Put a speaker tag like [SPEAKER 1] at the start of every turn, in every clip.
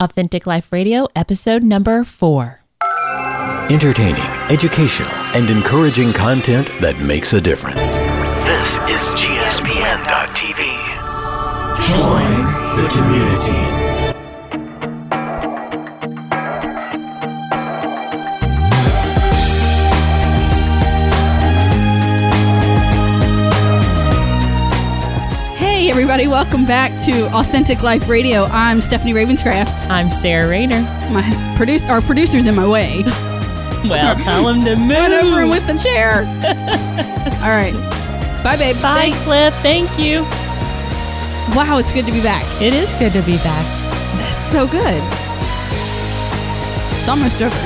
[SPEAKER 1] Authentic Life Radio, episode number four.
[SPEAKER 2] Entertaining, educational, and encouraging content that makes a difference.
[SPEAKER 3] This is GSPN.TV.
[SPEAKER 4] Join the community.
[SPEAKER 5] Hey, everybody, welcome back to Authentic Life Radio. I'm Stephanie Ravenscraft.
[SPEAKER 1] I'm Sarah Rayner.
[SPEAKER 5] My produce, our producer's in my way.
[SPEAKER 1] Well, tell him to move.
[SPEAKER 5] Run over him with the chair. All right. Bye, babe.
[SPEAKER 1] Bye, Cliff. Thank you.
[SPEAKER 5] Thank- Wow, it's good to be back.
[SPEAKER 1] It is good to be back.
[SPEAKER 5] So good. It's almost over.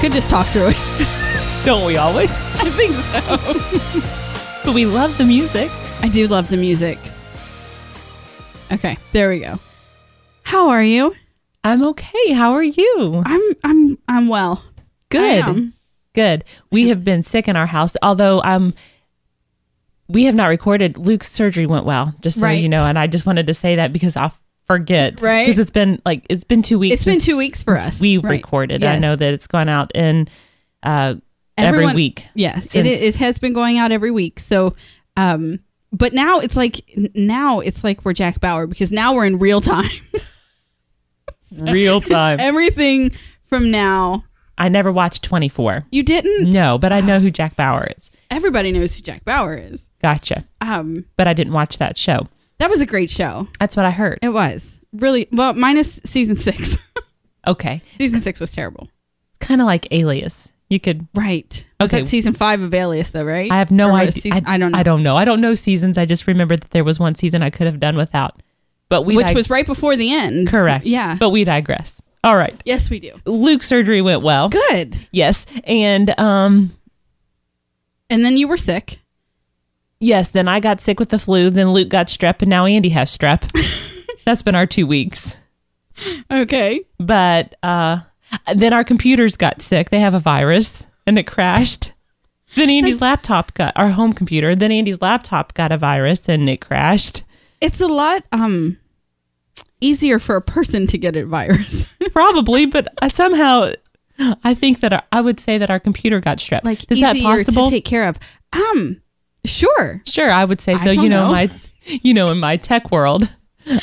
[SPEAKER 5] Could just talk through it.
[SPEAKER 1] Don't we always?
[SPEAKER 5] I think so.
[SPEAKER 1] But we love the music.
[SPEAKER 5] I do love the music. Okay, there we go. How are you?
[SPEAKER 1] I'm okay. How are you?
[SPEAKER 5] I'm I'm I'm well.
[SPEAKER 1] Good.
[SPEAKER 5] I am.
[SPEAKER 1] Good. We have been sick in our house, although um we have not recorded. Luke's surgery went well, just so you
[SPEAKER 5] Right.
[SPEAKER 1] know, and I just wanted to say that because I'll forget.
[SPEAKER 5] Right.
[SPEAKER 1] Because it's been like it's been two weeks.
[SPEAKER 5] It's been
[SPEAKER 1] since
[SPEAKER 5] two weeks for us.
[SPEAKER 1] we
[SPEAKER 5] Right.
[SPEAKER 1] recorded. I
[SPEAKER 5] Yes.
[SPEAKER 1] know that it's gone out in uh every
[SPEAKER 5] Everyone-
[SPEAKER 1] week.
[SPEAKER 5] Yes, it,
[SPEAKER 1] since-
[SPEAKER 5] it has been going out every week. So, um, but now it's like n- now it's like we're Jack Bauer because now we're in real time.
[SPEAKER 1] Real time.
[SPEAKER 5] Everything from now,
[SPEAKER 1] I never watched twenty four.
[SPEAKER 5] you didn't.
[SPEAKER 1] No, but I know who Jack Bauer is.
[SPEAKER 5] Everybody knows who Jack Bauer is.
[SPEAKER 1] Gotcha.
[SPEAKER 5] Um,
[SPEAKER 1] But I didn't watch that show.
[SPEAKER 5] that was a great show.
[SPEAKER 1] That's what I heard.
[SPEAKER 5] It was really well, minus season six.
[SPEAKER 1] Okay.
[SPEAKER 5] season six was terrible.
[SPEAKER 1] It's kinda like alias. You could
[SPEAKER 5] Right. Was
[SPEAKER 1] Okay.
[SPEAKER 5] that season five of Alias though, right?
[SPEAKER 1] I have no
[SPEAKER 5] Or was
[SPEAKER 1] idea.
[SPEAKER 5] season- I, don't know.
[SPEAKER 1] I don't know. I don't know seasons. I just remember that there was one season I could have done without. But we
[SPEAKER 5] Which
[SPEAKER 1] dig-
[SPEAKER 5] was right before the end.
[SPEAKER 1] correct.
[SPEAKER 5] Yeah.
[SPEAKER 1] But we digress. All right.
[SPEAKER 5] yes, we do.
[SPEAKER 1] Luke's surgery went well.
[SPEAKER 5] Good.
[SPEAKER 1] Yes. And um
[SPEAKER 5] And then you were sick.
[SPEAKER 1] yes, then I got sick with the flu, then Luke got strep, and now Andy has strep. That's been our two weeks.
[SPEAKER 5] Okay.
[SPEAKER 1] But uh then our computers got sick. They have a virus and it crashed. Then Andy's laptop got our home computer. Then Andy's laptop got a virus and it crashed.
[SPEAKER 5] it's a lot um easier for a person to get a virus.
[SPEAKER 1] probably but I somehow i think that our, i would say that our computer got strep
[SPEAKER 5] like
[SPEAKER 1] is
[SPEAKER 5] easier
[SPEAKER 1] that possible
[SPEAKER 5] to take care of. Um sure.
[SPEAKER 1] sure i would say
[SPEAKER 5] I
[SPEAKER 1] so you
[SPEAKER 5] don't
[SPEAKER 1] know,
[SPEAKER 5] know.
[SPEAKER 1] my you know in my tech world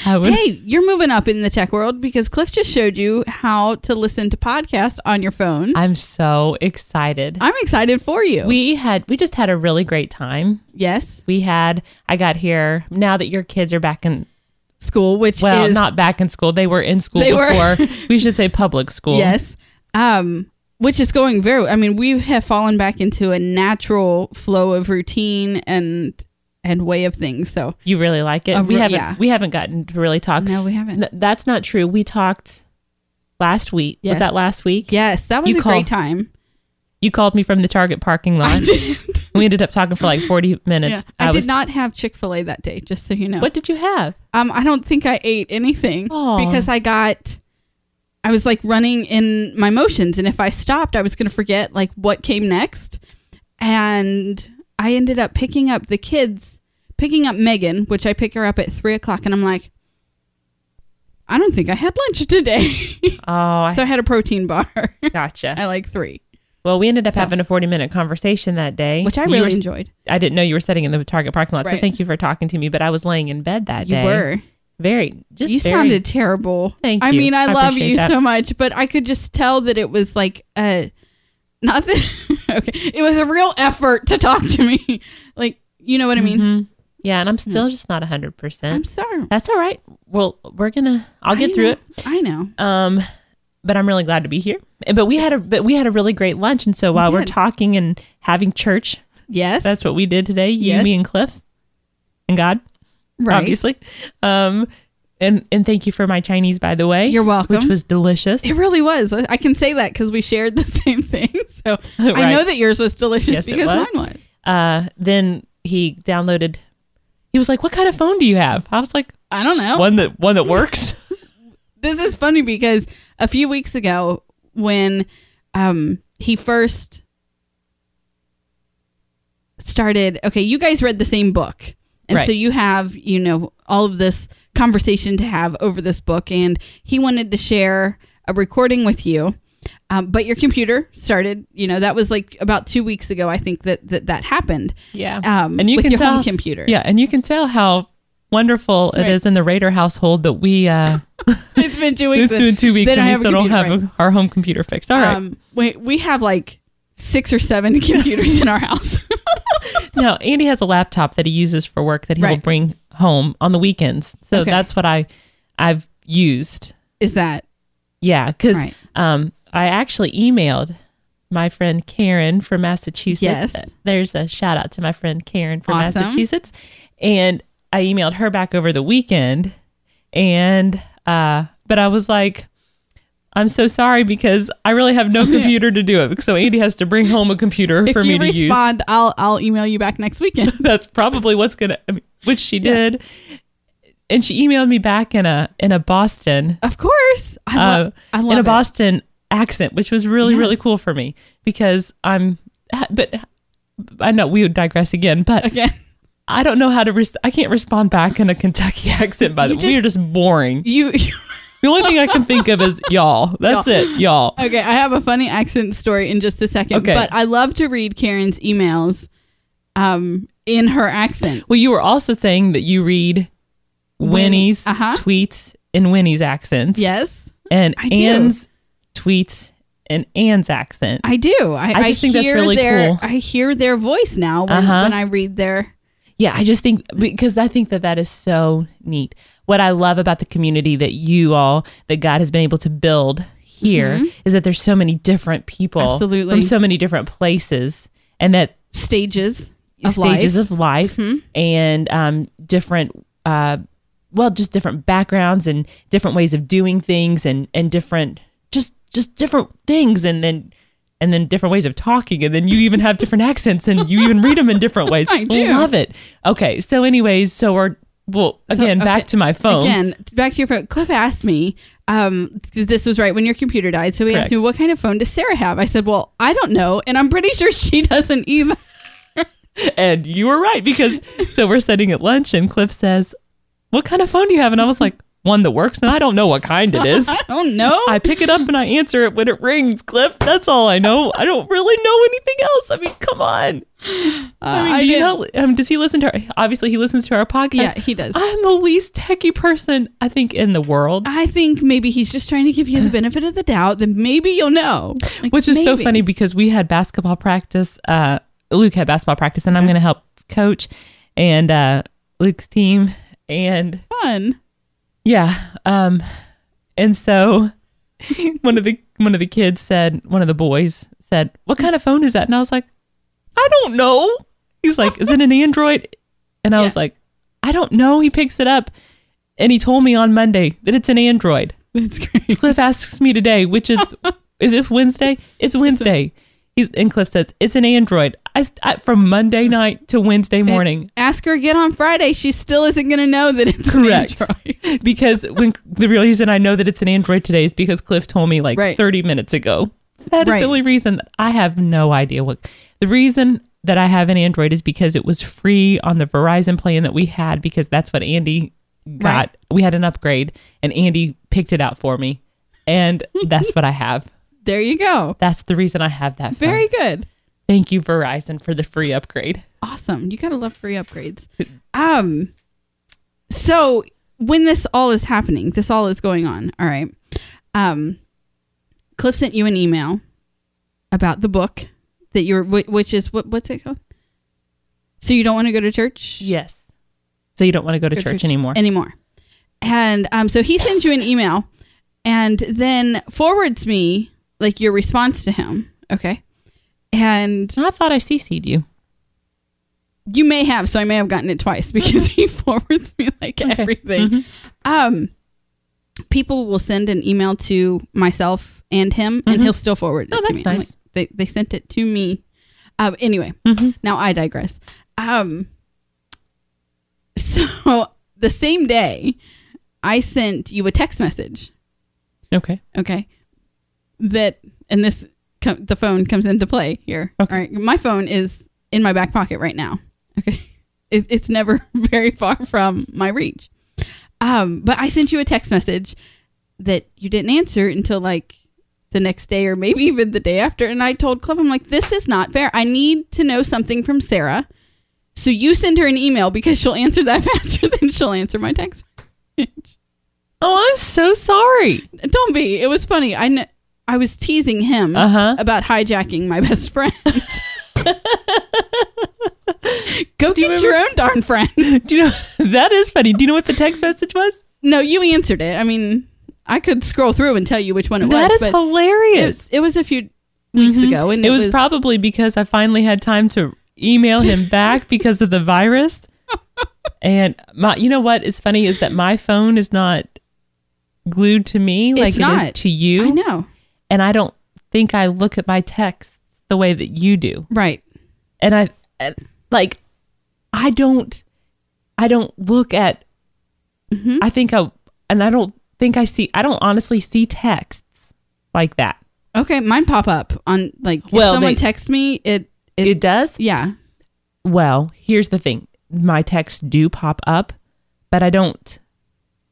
[SPEAKER 1] i would
[SPEAKER 5] Hey, you're moving up in the tech world because Cliff just showed you how to listen to podcasts on your phone.
[SPEAKER 1] i'm so excited
[SPEAKER 5] I'm excited for you.
[SPEAKER 1] we had we just had a really great time
[SPEAKER 5] yes,
[SPEAKER 1] we had i got here now that your kids are back in
[SPEAKER 5] school which
[SPEAKER 1] well
[SPEAKER 5] is
[SPEAKER 1] not back in school they were in school
[SPEAKER 5] They
[SPEAKER 1] before
[SPEAKER 5] were.
[SPEAKER 1] we should say public school
[SPEAKER 5] Yes. Um, which is going very, I mean, we have fallen back into a natural flow of routine and, and way of things. So
[SPEAKER 1] you really like it
[SPEAKER 5] Uh,
[SPEAKER 1] we
[SPEAKER 5] re-
[SPEAKER 1] haven't
[SPEAKER 5] yeah.
[SPEAKER 1] we haven't gotten to really talk
[SPEAKER 5] no, we haven't.
[SPEAKER 1] Th- that's not true we talked last week was
[SPEAKER 5] Yes.
[SPEAKER 1] that last week
[SPEAKER 5] yes. That was
[SPEAKER 1] You
[SPEAKER 5] a
[SPEAKER 1] call-
[SPEAKER 5] great time.
[SPEAKER 1] You called me from the Target parking lot. we ended up talking for like 40 minutes.
[SPEAKER 5] Yeah. I, did
[SPEAKER 1] was-
[SPEAKER 5] not have Chick Fil A that day, just so you know.
[SPEAKER 1] What did you have?
[SPEAKER 5] Um, I don't think I ate anything
[SPEAKER 1] Aw.
[SPEAKER 5] because I got, I was like running in my motions, and if I stopped, I was going to forget like what came next, and I ended up picking up the kids, picking up Megan, which I pick her up at three o'clock, and I'm like, I don't think I had lunch today,
[SPEAKER 1] Oh, I
[SPEAKER 5] so I had a protein bar
[SPEAKER 1] gotcha.
[SPEAKER 5] at like three,
[SPEAKER 1] Well, we ended up having a 40 minute conversation that day,
[SPEAKER 5] which I
[SPEAKER 1] You
[SPEAKER 5] really
[SPEAKER 1] were-
[SPEAKER 5] enjoyed.
[SPEAKER 1] I didn't know you were sitting in the Target parking lot. So
[SPEAKER 5] Right.
[SPEAKER 1] thank you for talking to me. But I was laying in bed that
[SPEAKER 5] You
[SPEAKER 1] day.
[SPEAKER 5] were.
[SPEAKER 1] Very, just
[SPEAKER 5] you
[SPEAKER 1] very-
[SPEAKER 5] sounded terrible.
[SPEAKER 1] Thank
[SPEAKER 5] I
[SPEAKER 1] you.
[SPEAKER 5] mean, I,
[SPEAKER 1] I
[SPEAKER 5] love
[SPEAKER 1] appreciate
[SPEAKER 5] you
[SPEAKER 1] that.
[SPEAKER 5] so much, but I could just tell that it was like a not that okay. It was a real effort to talk to me. like, you know what I mean?
[SPEAKER 1] Mm-hmm. Yeah, and I'm still just not 100%.
[SPEAKER 5] Hmm. I'm sorry.
[SPEAKER 1] That's all right. Well, we're going to, I'll get
[SPEAKER 5] I
[SPEAKER 1] through
[SPEAKER 5] know.
[SPEAKER 1] it.
[SPEAKER 5] I know.
[SPEAKER 1] um but I'm really glad to be here. And- But we had a but we had a really great lunch, and so while we are
[SPEAKER 5] did.
[SPEAKER 1] talking and having church,
[SPEAKER 5] Yes.
[SPEAKER 1] that's what we did today. You,
[SPEAKER 5] Yes.
[SPEAKER 1] me, and Cliff, and God,
[SPEAKER 5] right.
[SPEAKER 1] obviously. Um, and and thank you for my Chinese, by the way.
[SPEAKER 5] You're welcome.
[SPEAKER 1] Which was delicious.
[SPEAKER 5] It really was. I can say that because we shared the same thing. So
[SPEAKER 1] Right.
[SPEAKER 5] I know that yours was delicious
[SPEAKER 1] Yes, it
[SPEAKER 5] because
[SPEAKER 1] was.
[SPEAKER 5] mine was.
[SPEAKER 1] Uh, then he downloaded. He was like, "What kind of phone do you have?" I was like,
[SPEAKER 5] I don't know.
[SPEAKER 1] "One that one that works."
[SPEAKER 5] this is funny because a few weeks ago when um he first started okay you guys read the same book and
[SPEAKER 1] Right.
[SPEAKER 5] so you have you know all of this conversation to have over this book, and he wanted to share a recording with you. Um, but your computer started, you know, that was like about two weeks ago, I think that that, that happened.
[SPEAKER 1] Yeah.
[SPEAKER 5] Um,
[SPEAKER 1] and you
[SPEAKER 5] with
[SPEAKER 1] can
[SPEAKER 5] your
[SPEAKER 1] tell,
[SPEAKER 5] home computer.
[SPEAKER 1] Yeah, and you can tell how wonderful
[SPEAKER 5] Right.
[SPEAKER 1] it is in the Raider household that we uh
[SPEAKER 5] It's been two weeks.
[SPEAKER 1] it's been two weeks
[SPEAKER 5] They
[SPEAKER 1] and we
[SPEAKER 5] have a
[SPEAKER 1] still don't
[SPEAKER 5] computer,
[SPEAKER 1] have
[SPEAKER 5] right.
[SPEAKER 1] a- our home computer fixed. All right.
[SPEAKER 5] Um, we, we have like six or seven computers in our house.
[SPEAKER 1] no, Andy has a laptop that he uses for work that he will
[SPEAKER 5] Right.
[SPEAKER 1] bring home on the weekends. So
[SPEAKER 5] Okay.
[SPEAKER 1] that's what I I've used.
[SPEAKER 5] Is that
[SPEAKER 1] Yeah, because
[SPEAKER 5] Right.
[SPEAKER 1] um, I actually emailed my friend Karen from Massachusetts.
[SPEAKER 5] Yes.
[SPEAKER 1] There's a shout out to my friend Karen from
[SPEAKER 5] Awesome.
[SPEAKER 1] Massachusetts. And I emailed her back over the weekend. And, uh, but I was like, I'm so sorry because I really have no computer to do it. So Andy has to bring home a computer
[SPEAKER 5] if
[SPEAKER 1] for me
[SPEAKER 5] you
[SPEAKER 1] to use
[SPEAKER 5] respond, I'll I'll email you back next weekend.
[SPEAKER 1] that's probably what's gonna I mean, which she did and she emailed me back in a in a boston
[SPEAKER 5] of course, I, lo-
[SPEAKER 1] uh,
[SPEAKER 5] I love
[SPEAKER 1] in a
[SPEAKER 5] it.
[SPEAKER 1] boston accent which was really really
[SPEAKER 5] Yes.
[SPEAKER 1] cool for me because i'm but i know we would digress again but
[SPEAKER 5] Again,
[SPEAKER 1] i don't know how to res- i can't respond back in a kentucky accent by the
[SPEAKER 5] You
[SPEAKER 1] way we're
[SPEAKER 5] just-
[SPEAKER 1] just boring
[SPEAKER 5] you.
[SPEAKER 1] the only thing i can think of is y'all that's
[SPEAKER 5] Y'all.
[SPEAKER 1] it y'all
[SPEAKER 5] okay, I have a funny accent story in just a second.
[SPEAKER 1] Okay.
[SPEAKER 5] but I love to read Karen's emails, um, in her accent.
[SPEAKER 1] well you were also saying that you read
[SPEAKER 5] Winnie-
[SPEAKER 1] winnie's
[SPEAKER 5] uh-huh.
[SPEAKER 1] tweets in winnie's accents
[SPEAKER 5] Yes,
[SPEAKER 1] and
[SPEAKER 5] I do.
[SPEAKER 1] Anne's tweets and Anne's accent.
[SPEAKER 5] I do. I,
[SPEAKER 1] I just think that's
[SPEAKER 5] hear
[SPEAKER 1] really
[SPEAKER 5] their,
[SPEAKER 1] cool.
[SPEAKER 5] I hear their voice now when,
[SPEAKER 1] Uh-huh.
[SPEAKER 5] when I read their.
[SPEAKER 1] yeah, I just think because I think that that is so neat. What I love about the community that you all that God has been able to build here is that there's so many different people
[SPEAKER 5] Absolutely.
[SPEAKER 1] from so many different places and that
[SPEAKER 5] stages of
[SPEAKER 1] stages
[SPEAKER 5] life. Hmm?
[SPEAKER 1] of life and um, different uh, well just different backgrounds and different ways of doing things and and different just just different things and then and then different ways of talking and then you even have different accents and you even read them in different ways
[SPEAKER 5] I do.
[SPEAKER 1] love it okay so anyways so we're well again
[SPEAKER 5] okay.
[SPEAKER 1] back to my phone
[SPEAKER 5] Again, back to your phone. Cliff asked me, um, th- this was right when your computer died. So he asked
[SPEAKER 1] Correct.
[SPEAKER 5] me, what kind of phone does Sarah have? I said, well, I don't know. And I'm pretty sure she doesn't either.
[SPEAKER 1] and you were right because so we're sitting at lunch and cliff says what kind of phone do you have and i was like one that works and i don't know what kind it is
[SPEAKER 5] I don't know.
[SPEAKER 1] I pick it up and I answer it when it rings, Cliff. That's all I know. I don't really know anything else. I mean, come on. I mean,
[SPEAKER 5] Uh, I
[SPEAKER 1] do you
[SPEAKER 5] did-
[SPEAKER 1] know? Um, does he listen to our? Obviously, he listens to our podcast.
[SPEAKER 5] Yeah, he does.
[SPEAKER 1] I'm the least techie person I think in the world,
[SPEAKER 5] I think maybe he's just trying to give you the benefit of the doubt. Then maybe you'll know. Like,
[SPEAKER 1] which is so
[SPEAKER 5] maybe.
[SPEAKER 1] funny because we had basketball practice. Uh, Luke had basketball practice, and I'm going to help coach and uh, Luke's team. And
[SPEAKER 5] Fun.
[SPEAKER 1] Yeah. Um and so one of the one of the kids said, one of the boys said, "What kind of phone is that?" And I was like, "I don't know." He's like, "Is it an Android?" And I was
[SPEAKER 5] Yeah.
[SPEAKER 1] like, "I don't know." He picks it up and he told me on Monday that it's an Android.
[SPEAKER 5] That's great.
[SPEAKER 1] Cliff asks me today, which is is it Wednesday? It's Wednesday. He's and Cliff says, "It's an Android." I, I from Monday night to Wednesday morning.
[SPEAKER 5] Ask her again on Friday. She still isn't going to know that it's
[SPEAKER 1] Correct.
[SPEAKER 5] An Android.
[SPEAKER 1] because when the real reason I know that it's an Android today is because Cliff told me like
[SPEAKER 5] Right.
[SPEAKER 1] 30 minutes ago. That is
[SPEAKER 5] Right.
[SPEAKER 1] the only reason that I have no idea what the reason that I have an Android is because it was free on the Verizon plan that we had because that's what Andy got.
[SPEAKER 5] Right.
[SPEAKER 1] We had an upgrade and Andy picked it out for me. And that's what I have.
[SPEAKER 5] There you go.
[SPEAKER 1] That's the reason I have that. phone.
[SPEAKER 5] Very good.
[SPEAKER 1] Thank you, Verizon, for the free upgrade.
[SPEAKER 5] Awesome. You gotta love free upgrades. Um so when this all is happening, this all is going on, all right. Um Cliff sent you an email about the book that you're whi- which is what what's it called? So you don't want to go to church?
[SPEAKER 1] Yes. So you don't want to go to church, anymore.
[SPEAKER 5] Anymore. And um so he sends you an email and then forwards me like your response to him, okay? And
[SPEAKER 1] I thought I CC'd you.
[SPEAKER 5] You may have, so I may have gotten it twice because he
[SPEAKER 1] Mm-hmm.
[SPEAKER 5] forwards me like everything. Um, people will send an email to myself and him, and he'll still forward it
[SPEAKER 1] Oh,
[SPEAKER 5] to
[SPEAKER 1] that's
[SPEAKER 5] me. I'm
[SPEAKER 1] nice.
[SPEAKER 5] Like, they they sent it to me. Um, anyway, now I digress. Um, so the same day, I sent you a text message.
[SPEAKER 1] Okay.
[SPEAKER 5] Okay, that and this com- the phone comes into play here.
[SPEAKER 1] Okay.
[SPEAKER 5] All right, my phone is in my back pocket right now. Okay, it, it's never very far from my reach. Um, but I sent you a text message that you didn't answer until like the next day or maybe even the day after. And I told Cleve, I'm like, this is not fair. I need to know something from Sarah. So you send her an email because she'll answer that faster than she'll answer my text message.
[SPEAKER 1] Oh, I'm so sorry.
[SPEAKER 5] Don't be. It was funny. I kn- I was teasing him
[SPEAKER 1] Uh-huh.
[SPEAKER 5] about hijacking my best friend. Go
[SPEAKER 1] Do you
[SPEAKER 5] get your own darn friend.
[SPEAKER 1] Do you know that is funny? Do you know what the text message was?
[SPEAKER 5] No, you answered it. I mean, I could scroll through and tell you which one it
[SPEAKER 1] that
[SPEAKER 5] was.
[SPEAKER 1] is
[SPEAKER 5] but it
[SPEAKER 1] hilarious. Mm-hmm.
[SPEAKER 5] was, it was a few weeks ago, and
[SPEAKER 1] It was probably because I finally had time to email him back because of the virus. And my, you know what is funny is that my phone is not glued to me like
[SPEAKER 5] It's
[SPEAKER 1] it is
[SPEAKER 5] not.
[SPEAKER 1] to you,
[SPEAKER 5] I know,
[SPEAKER 1] and I don't think I look at my texts the way that you do.
[SPEAKER 5] right?
[SPEAKER 1] and I and, like I don't I don't look at
[SPEAKER 5] Mm-hmm.
[SPEAKER 1] I think I and I don't think I see I don't honestly see texts like that.
[SPEAKER 5] Okay, mine pop up on like if
[SPEAKER 1] Well,
[SPEAKER 5] someone
[SPEAKER 1] they-
[SPEAKER 5] texts me, it it,
[SPEAKER 1] It does?
[SPEAKER 5] yeah.
[SPEAKER 1] Well, here's the thing. My texts do pop up, but I don't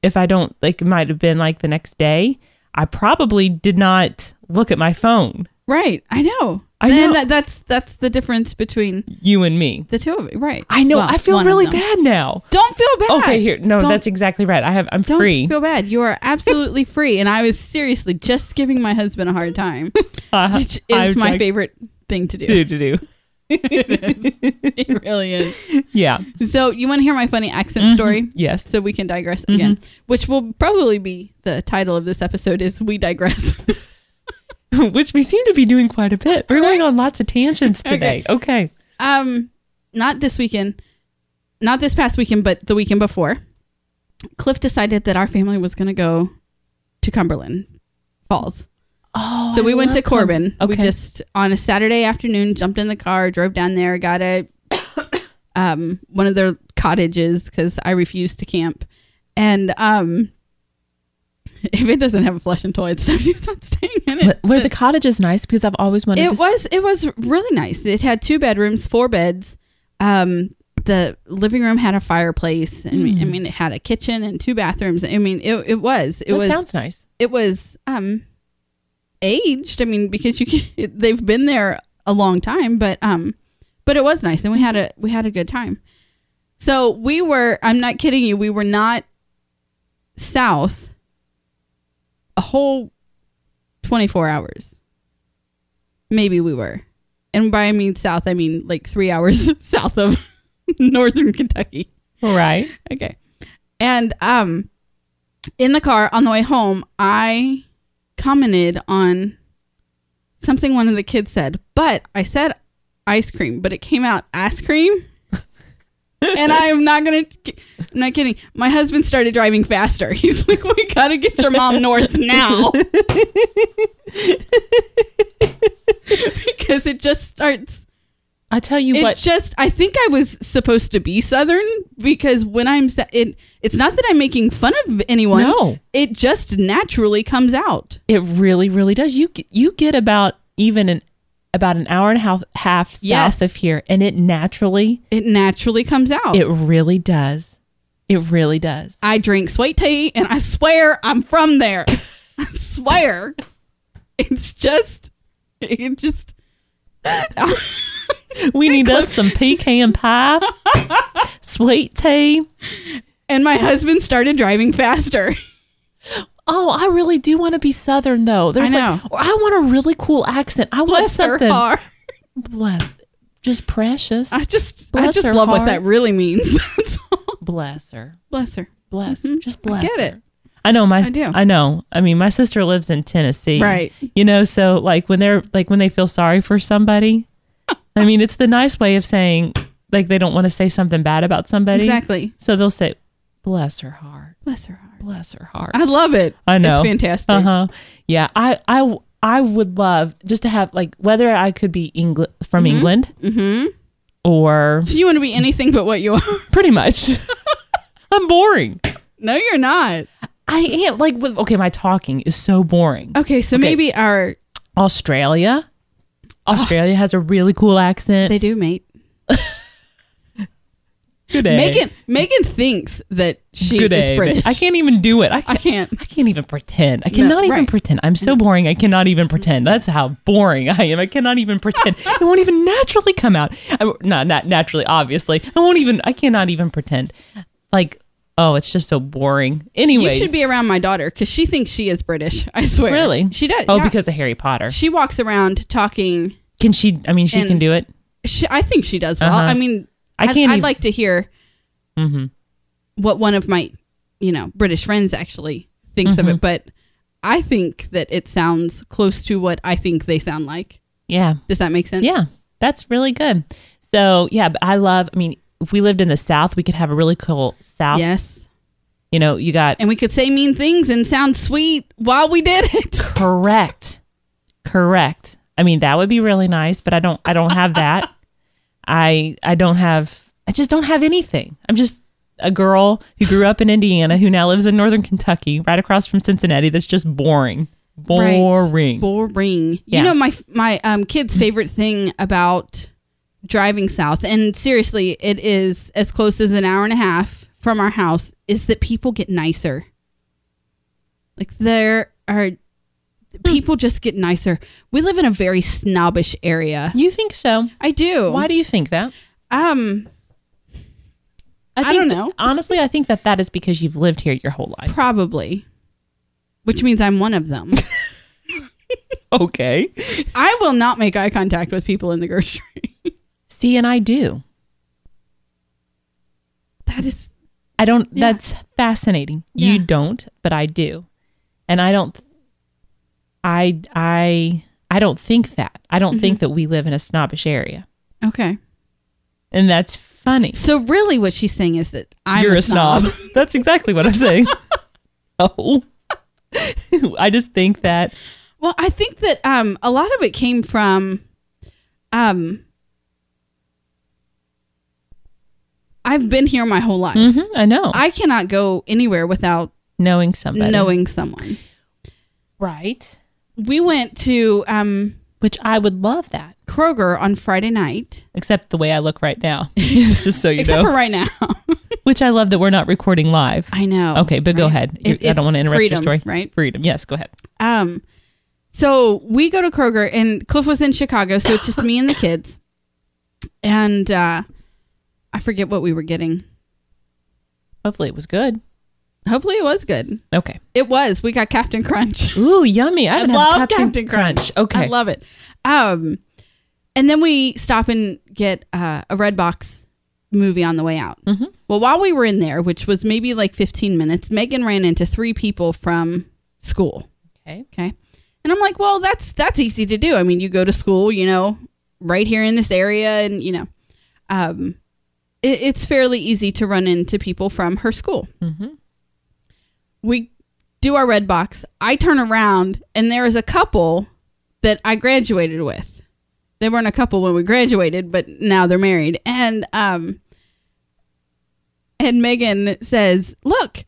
[SPEAKER 1] if I don't like it might have been like the next day, I probably did not look at my phone,
[SPEAKER 5] Right, I know.
[SPEAKER 1] I
[SPEAKER 5] Then
[SPEAKER 1] know.
[SPEAKER 5] That, that's that's the difference between
[SPEAKER 1] you and me.
[SPEAKER 5] the two of you. Right.
[SPEAKER 1] I know
[SPEAKER 5] Well,
[SPEAKER 1] I feel
[SPEAKER 5] one of
[SPEAKER 1] really
[SPEAKER 5] them.
[SPEAKER 1] bad now.
[SPEAKER 5] Don't feel bad.
[SPEAKER 1] Okay, here. No,
[SPEAKER 5] Don't-
[SPEAKER 1] that's exactly right. I have I'm
[SPEAKER 5] Don't
[SPEAKER 1] free.
[SPEAKER 5] feel bad. You are absolutely free, and I was seriously just giving my husband a hard time,
[SPEAKER 1] Uh,
[SPEAKER 5] which is
[SPEAKER 1] I'm
[SPEAKER 5] my
[SPEAKER 1] like,
[SPEAKER 5] favorite thing to do.
[SPEAKER 1] do to do.
[SPEAKER 5] It really is.
[SPEAKER 1] Yeah.
[SPEAKER 5] So you want to hear my funny accent story?
[SPEAKER 1] Mm-hmm. Yes. Mm-hmm.
[SPEAKER 5] So we can digress again, which will probably be the title of this episode. Is we digress?
[SPEAKER 1] Which we seem to be doing quite a bit. We're going on lots of tangents today. Okay.
[SPEAKER 5] um, not this weekend, not this past weekend, but the weekend before. Cliff decided that our family was going to go to Cumberland Falls.
[SPEAKER 1] Oh.
[SPEAKER 5] so we went to Corbin. We
[SPEAKER 1] Okay.
[SPEAKER 5] just on a Saturday afternoon jumped in the car, drove down there, got a um one of their cottages because I refused to camp, and um if it doesn't have a flush and toilet, Stephanie's not staying in it.
[SPEAKER 1] Where the cottage is nice because I've always wanted
[SPEAKER 5] It
[SPEAKER 1] to.
[SPEAKER 5] was it was really nice. It had two bedrooms, four beds. Um, the living room had a fireplace, and I mean- I
[SPEAKER 1] Hmm.
[SPEAKER 5] mean it had a kitchen and two bathrooms. I mean it it was it
[SPEAKER 1] That
[SPEAKER 5] was
[SPEAKER 1] sounds nice.
[SPEAKER 5] it was um aged i mean because you can, they've been there a long time but um but it was nice and we had a we had a good time so we were i'm not kidding you we were not south a whole 24 hours maybe we were and by i mean south i mean like three hours south of northern kentucky
[SPEAKER 1] Right.
[SPEAKER 5] Okay. And um in the car on the way home, I commented on something one of the kids said, but I said ice cream, but it came out ass cream. and I'm not gonna I'm not kidding. My husband started driving faster. He's like, We gotta get your mom north now. because it just starts
[SPEAKER 1] I tell you
[SPEAKER 5] it
[SPEAKER 1] what.
[SPEAKER 5] just i think i was supposed to be southern because when i'm sa- it it's not that i'm making fun of anyone
[SPEAKER 1] No.
[SPEAKER 5] it just naturally comes out
[SPEAKER 1] it really, really does. You get- you get about even an about an hour and a half half south
[SPEAKER 5] Yes.
[SPEAKER 1] of here, and it naturally
[SPEAKER 5] it naturally comes out
[SPEAKER 1] it really does. It really does.
[SPEAKER 5] i drink sweet tea and i swear i'm from there i swear it's just it just
[SPEAKER 1] We need us some pecan pie, sweet tea.
[SPEAKER 5] and my husband started driving faster
[SPEAKER 1] Oh, I really do want to be Southern though. There's
[SPEAKER 5] know.
[SPEAKER 1] like, or I want a really cool accent. I want
[SPEAKER 5] bless her
[SPEAKER 1] something
[SPEAKER 5] heart
[SPEAKER 1] bless, just precious.
[SPEAKER 5] i just i
[SPEAKER 1] Bless
[SPEAKER 5] just
[SPEAKER 1] her
[SPEAKER 5] love what
[SPEAKER 1] heart.
[SPEAKER 5] that really means That's all.
[SPEAKER 1] bless her,
[SPEAKER 5] bless her
[SPEAKER 1] bless,
[SPEAKER 5] Mhm.
[SPEAKER 1] just
[SPEAKER 5] I
[SPEAKER 1] bless
[SPEAKER 5] get
[SPEAKER 1] her.
[SPEAKER 5] it.
[SPEAKER 1] I know my,
[SPEAKER 5] I do.
[SPEAKER 1] I know. I mean, my sister lives in Tennessee,
[SPEAKER 5] Right.
[SPEAKER 1] You know, so like when they're like when they feel sorry for somebody, I mean, it's the nice way of saying like they don't want to say something bad about somebody,
[SPEAKER 5] exactly
[SPEAKER 1] So they'll say, "Bless her heart,
[SPEAKER 5] bless her heart
[SPEAKER 1] bless her heart."
[SPEAKER 5] I love it.
[SPEAKER 1] I know.
[SPEAKER 5] It's fantastic.
[SPEAKER 1] Uh huh. Yeah. I I I would love just to have like whether I could be Engl- from
[SPEAKER 5] Mm-hmm.
[SPEAKER 1] England or
[SPEAKER 5] So you want to be anything but what you are.
[SPEAKER 1] pretty much. I'm boring.
[SPEAKER 5] No, you're not.
[SPEAKER 1] I am like with- okay. My talking is so boring.
[SPEAKER 5] Okay, so maybe our
[SPEAKER 1] Australia. Australia has a really cool accent.
[SPEAKER 5] they do, mate.
[SPEAKER 1] Good day.
[SPEAKER 5] Megan Megan thinks that she
[SPEAKER 1] Good
[SPEAKER 5] is
[SPEAKER 1] day.
[SPEAKER 5] British.
[SPEAKER 1] I can't even do it. I
[SPEAKER 5] I
[SPEAKER 1] can't.
[SPEAKER 5] can't.
[SPEAKER 1] I can't even pretend. I cannot even
[SPEAKER 5] right.
[SPEAKER 1] pretend. I'm so boring. I cannot even pretend. That's how boring I am. I cannot even pretend. it won't even naturally come out. I, not not naturally, obviously. I won't even. I cannot even pretend. Like, oh, it's just so boring.
[SPEAKER 5] You
[SPEAKER 1] Anyways,
[SPEAKER 5] should be around my daughter because she thinks she is British. I swear.
[SPEAKER 1] really.
[SPEAKER 5] She does.
[SPEAKER 1] Oh,
[SPEAKER 5] yeah.
[SPEAKER 1] because of Harry Potter.
[SPEAKER 5] she walks around talking.
[SPEAKER 1] Can she? I mean, she
[SPEAKER 5] And-
[SPEAKER 1] can do it.
[SPEAKER 5] She, I think she does well.
[SPEAKER 1] Uh-huh.
[SPEAKER 5] I mean,
[SPEAKER 1] I
[SPEAKER 5] I'd-
[SPEAKER 1] can't Mm-hmm.
[SPEAKER 5] I'd
[SPEAKER 1] even-
[SPEAKER 5] like to hear what one of my, you know, British friends actually thinks of
[SPEAKER 1] Mm-hmm.
[SPEAKER 5] it, but I think that it sounds close to what I think they sound like.
[SPEAKER 1] Yeah.
[SPEAKER 5] Does that make sense?
[SPEAKER 1] Yeah, that's really good. So yeah, but I love. I mean, if we lived in the South, we could have a really cool South.
[SPEAKER 5] Yes.
[SPEAKER 1] You know, you got
[SPEAKER 5] And we could say mean things and sound sweet while we did it.
[SPEAKER 1] correct, correct. I mean, that would be really nice, but I don't. I don't have that. I I don't have. I just don't have anything. I'm just a girl who grew up in Indiana who now lives in Northern Kentucky, right across from Cincinnati. That's just boring.
[SPEAKER 5] Right.
[SPEAKER 1] Boring.
[SPEAKER 5] Boring.
[SPEAKER 1] Yeah.
[SPEAKER 5] You know my my um, kid's favorite thing about driving south, and seriously, it is as close as an hour and a half from our house. Is that people get nicer? Like there are
[SPEAKER 1] Hmm.
[SPEAKER 5] people just get nicer. We live in a very snobbish area.
[SPEAKER 1] You think so?
[SPEAKER 5] I do.
[SPEAKER 1] Mm. Why do you think that?
[SPEAKER 5] um I
[SPEAKER 1] think
[SPEAKER 5] don't
[SPEAKER 1] that-
[SPEAKER 5] know.
[SPEAKER 1] honestly, I think that that is because you've lived here your whole life.
[SPEAKER 5] probably, which means I'm one of them.
[SPEAKER 1] Okay.
[SPEAKER 5] I will not make eye contact with people in the grocery.
[SPEAKER 1] See, and I do.
[SPEAKER 5] that is
[SPEAKER 1] I don't. That's fascinating. You don't, but I do, and I don't. I I I don't think that. I don't think
[SPEAKER 5] Mm-hmm.
[SPEAKER 1] that we live in a snobbish area,
[SPEAKER 5] okay.
[SPEAKER 1] and that's funny.
[SPEAKER 5] So really, what she's saying is that I'm
[SPEAKER 1] You're a snob. that's exactly what I'm saying. oh, I just think that.
[SPEAKER 5] Well, I think that um, a lot of it came from, um, I've been here my whole life.
[SPEAKER 1] hmm I know
[SPEAKER 5] I cannot go anywhere without
[SPEAKER 1] knowing somebody.
[SPEAKER 5] knowing someone.
[SPEAKER 1] right,
[SPEAKER 5] We went to um,
[SPEAKER 1] which I would love that.
[SPEAKER 5] Kroger on Friday night,
[SPEAKER 1] Except the way I look right now, just so you
[SPEAKER 5] except
[SPEAKER 1] know.
[SPEAKER 5] for right now.
[SPEAKER 1] which I love that we're not recording live.
[SPEAKER 5] I know.
[SPEAKER 1] Okay, but go
[SPEAKER 5] Oh, right?
[SPEAKER 1] ahead. You-
[SPEAKER 5] It-
[SPEAKER 1] I don't
[SPEAKER 5] it's
[SPEAKER 1] want to interrupt
[SPEAKER 5] freedom,
[SPEAKER 1] your story.
[SPEAKER 5] Right.
[SPEAKER 1] Freedom. Yes, go ahead.
[SPEAKER 5] Um, so we go to Kroger, and Cliff was in Chicago, so it's just me and the kids. And uh, I forget what we were getting.
[SPEAKER 1] Hopefully it was good.
[SPEAKER 5] Hopefully, it was good.
[SPEAKER 1] Okay.
[SPEAKER 5] It was. We got Captain Crunch.
[SPEAKER 1] Ooh, yummy. I,
[SPEAKER 5] I
[SPEAKER 1] haven't had
[SPEAKER 5] love Captain, Crunch.
[SPEAKER 1] Okay.
[SPEAKER 5] I love it. Um, and then we stop and get uh, a Red Box movie on the way out. Well, while we were in there, which was maybe like 15 minutes, Megan ran into three people from school.
[SPEAKER 1] okay.
[SPEAKER 5] Okay. And I'm like, well, that's that's easy to do. I mean, you go to school, you know, right here in this area, and you know, um, it, it's fairly easy to run into people from her school. We do our red box. I turn around, and there is a couple that I graduated with. They weren't a couple when we graduated, but now they're married. And um, and Megan says, "Look,